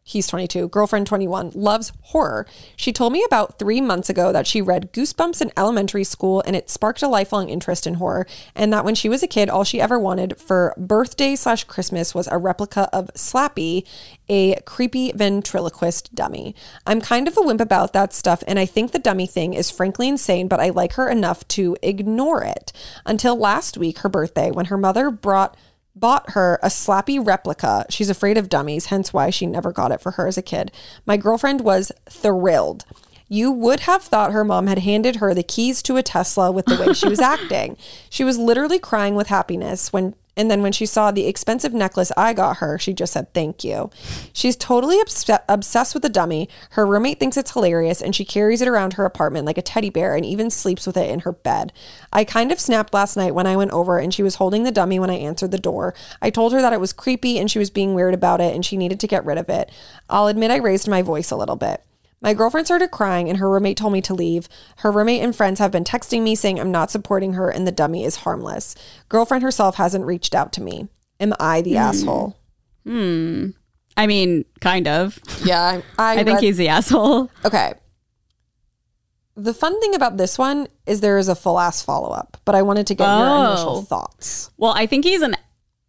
S1: he's 22, girlfriend 21, loves horror. She told me about three months ago that she read Goosebumps in elementary school and it sparked a lifelong interest in horror. And that when she was a kid, all she ever wanted for birthday slash Christmas was a replica of Slappy, a creepy ventriloquist dummy. I'm kind of a wimp about that stuff, and I think the dummy thing is frankly insane, but I like her enough to ignore it. Until last week, her birthday, when her mother brought bought her a slappy replica. She's afraid of dummies, hence why she never got it for her as a kid. My girlfriend was thrilled. You would have thought her mom had handed her the keys to a Tesla with the way she was acting. She was literally crying with happiness when and then when she saw the expensive necklace I got her, she just said thank you. She's totally obs- obsessed with the dummy. Her roommate thinks it's hilarious and she carries it around her apartment like a teddy bear and even sleeps with it in her bed. I kind of snapped last night when I went over and she was holding the dummy when I answered the door. I told her that it was creepy and she was being weird about it and she needed to get rid of it. I'll admit I raised my voice a little bit. My girlfriend started crying and her roommate told me to leave. Her roommate and friends have been texting me saying I'm not supporting her and the dummy is harmless. Girlfriend herself hasn't reached out to me. Am I
S2: Mm.
S1: the asshole?
S2: I mean, kind of.
S1: Yeah, I,
S2: I think he's the asshole.
S1: Okay. The fun thing about this one is there is a full ass follow up, but I wanted to get your initial
S2: Oh.
S1: thoughts.
S2: Well, I think he's an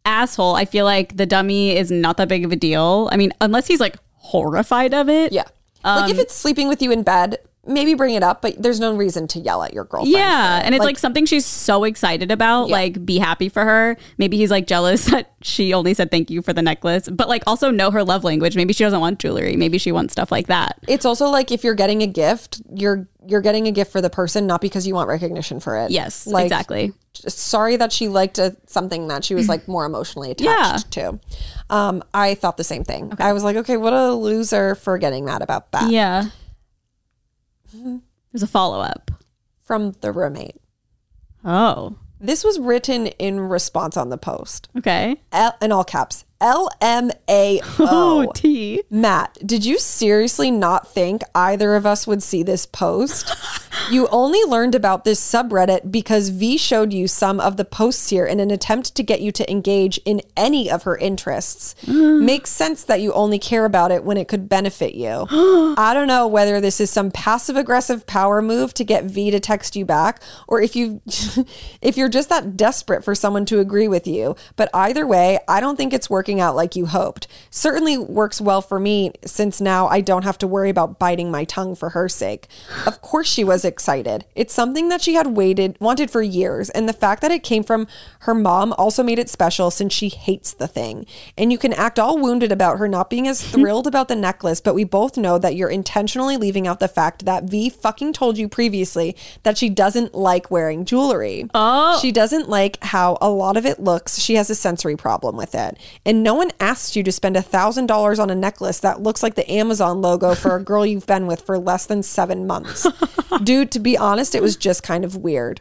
S2: asshole. I feel like the dummy is not that big of a deal. I mean, unless he's like horrified of it.
S1: Yeah. like
S2: Um,
S1: if it's sleeping with you in bed, maybe bring it up, but there's no reason to yell at your girlfriend.
S2: Yeah, and it's like, something she's so excited about. Like, be happy for her. Maybe he's like jealous that she only said thank you for the necklace, but like also know her love language. Maybe she doesn't want jewelry. Maybe she wants stuff like that.
S1: It's also like if you're getting a gift, you're you're getting a gift for the person, not because you want recognition for it.
S2: Yes,
S1: like,
S2: exactly.
S1: Sorry that she liked a, something that she was like more emotionally attached to. Um, I thought the same thing. I was like, okay, what a loser for getting mad about that
S2: Yeah. There's a follow up.
S1: from the roommate.
S2: Oh,
S1: This was written in response on the post,
S2: okay.
S1: L- in all caps. L M A
S2: Oh,
S1: O.
S2: T.
S1: Matt, did you seriously not think either of us would see this post? you only learned about this subreddit because V showed you some of the posts here in an attempt to get you to engage in any of her interests. Makes sense that you only care about it when it could benefit you. I don't know whether this is some passive aggressive power move to get V to text you back or if you if you're just that desperate for someone to agree with you, but either way, I don't think it's working out like you hoped. Certainly works well for me since now I don't have to worry about biting my tongue for her sake. Of course she was excited. It's something that she had waited wanted for years and the fact that it came from her mom also made it special since she hates the thing. And you can act all wounded about her not being as thrilled about the necklace, but we both know that you're intentionally leaving out the fact that V fucking told you previously that she doesn't like wearing jewelry. Oh. She doesn't like how a lot of it looks. She has a sensory problem with it. And no one asked you to spend $1,000 on a necklace that looks like the Amazon logo for a girl you've been with for less than seven months. Dude, to be honest, it was just kind of weird.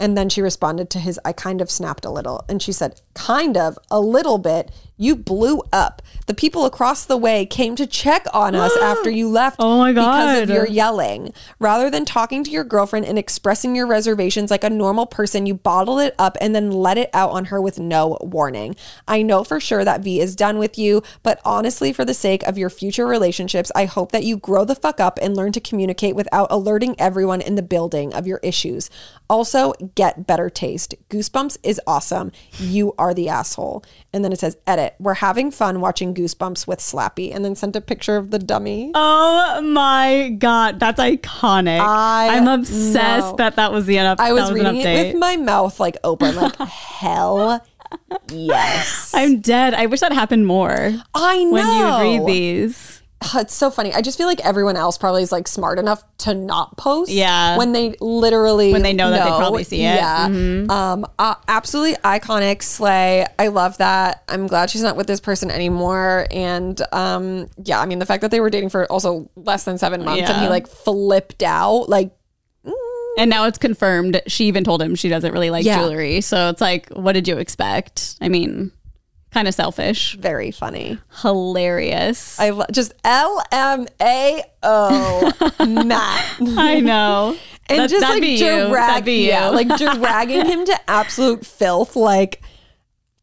S1: And then she responded to his, I kind of snapped a little. And she said, Kind of, a little bit. You blew up. The people across the way came to check on us after you left.
S2: Oh my
S1: Because of
S2: God.
S1: your yelling. Rather than talking to your girlfriend and expressing your reservations like a normal person, you bottled it up and then let it out on her with no warning. I know for sure that V is done with you, but honestly, for the sake of your future relationships, I hope that you grow the fuck up and learn to communicate without alerting everyone in the building of your issues. Also, get better taste. Goosebumps is awesome. You are the asshole. And then it says, edit. We're having fun watching Goosebumps with Slappy. And then sent a picture of the dummy.
S2: Oh my god, that's iconic.
S1: I
S2: am obsessed
S1: know.
S2: that that was the enough.
S1: I was,
S2: that was
S1: reading it
S2: an update.
S1: with my mouth like open, like hell yes.
S2: I'm dead. I wish that happened more
S1: I know.
S2: when you read these.
S1: it's so funny. I just feel like everyone else probably is like smart enough to not post.
S2: Yeah.
S1: When they literally
S2: When they know that they probably see it. Mm-hmm.
S1: Yeah. Um. Uh, absolutely iconic slay. I love that. I'm glad she's not with this person anymore. And um. Yeah. I mean, the fact that they were dating for also less than seven months and he
S2: Yeah.
S1: like flipped out. Like
S2: And now it's confirmed. She even told him she doesn't really like
S1: Yeah.
S2: jewelry. So it's like, what did you expect? I mean, kind of selfish.
S1: very funny.
S2: Hilarious. I,
S1: I lo- just L M A O Matt.
S2: know.
S1: and
S2: That-
S1: just
S2: that'd
S1: like
S2: be you. That'd
S1: drag,
S2: be you.
S1: yeah, like dragging him to absolute filth. Like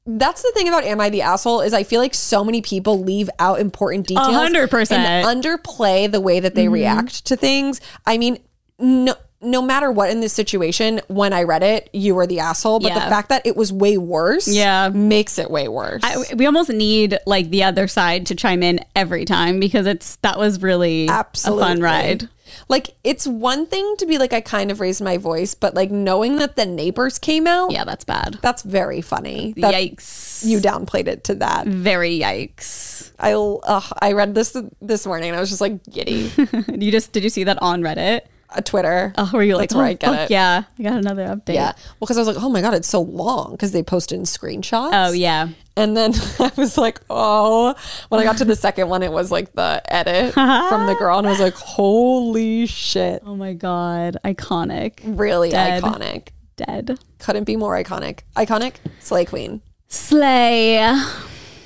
S1: that's the thing about "Am I the Asshole?" is I feel like so many people leave out important details,
S2: 100%.
S1: and underplay the way
S2: Mm-hmm.
S1: that they react to things. I mean, no. No matter what in this situation, when I read it, you were the asshole. But
S2: Yeah.
S1: the fact that it was way worse
S2: Yeah.
S1: makes it way worse.
S2: I, we almost need like the other side to chime in every time because it's that was really
S1: Absolutely.
S2: a fun ride.
S1: Like it's one thing to be like I kind of raised my voice, but like knowing that the neighbors came out,
S2: Yeah, that's bad.
S1: that's very funny. That
S2: yikes. Mm.
S1: you downplayed it to that.
S2: Very yikes.
S1: I ugh, I read this this morning and I was just like giddy.
S2: You just did you see that on Reddit?
S1: A Twitter.
S2: Oh, were you like,
S1: That's where
S2: oh,
S1: I get
S2: fuck
S1: it.
S2: yeah, I got another update.
S1: Yeah. Well, because I was like, oh my god, it's so long because they posted in screenshots.
S2: Oh yeah.
S1: And then I was like, oh. When I got to the second one, it was like the edit from the girl, and I was like, holy shit,
S2: Oh my god, iconic.
S1: really
S2: Dead.
S1: iconic.
S2: Dead.
S1: Couldn't be more iconic. Iconic slay queen.
S2: Slay.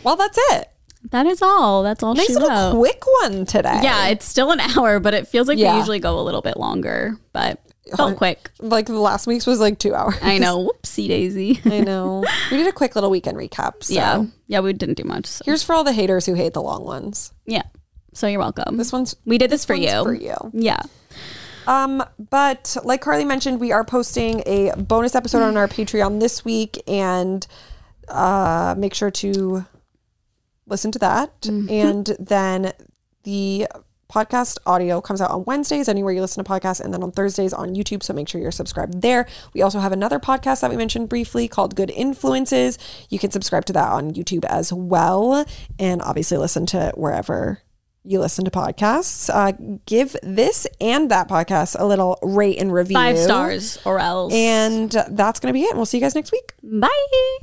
S1: Well, that's it.
S2: That is all. That's all
S1: Nice
S2: she
S1: little
S2: wrote.
S1: quick one today.
S2: Yeah, it's still an hour, but it feels like
S1: Yeah.
S2: we usually go a little bit longer, but felt quick.
S1: Like the last week's was like two hours.
S2: I know. Whoopsie daisy.
S1: I know. We did a quick little weekend recap. So.
S2: Yeah. Yeah, we didn't do much. so-
S1: Here's for all the haters who hate the long ones.
S2: Yeah. So you're welcome.
S1: This one's
S2: we did this for
S1: one's
S2: you.
S1: for you.
S2: Yeah.
S1: Um, but like Carly mentioned, we are posting a bonus episode on our Patreon this week, and uh, make sure to listen to that. And then the podcast audio comes out on Wednesdays anywhere you listen to podcasts, and then on Thursdays on YouTube. So make sure you're subscribed there. We also have another podcast that we mentioned briefly called Good Influences. You can subscribe to that on YouTube as well, and obviously listen to wherever you listen to podcasts. Uh, give this and that podcast a little rate and review.
S2: Five stars or else.
S1: And that's going to be it. And we'll see you guys next week.
S2: Bye.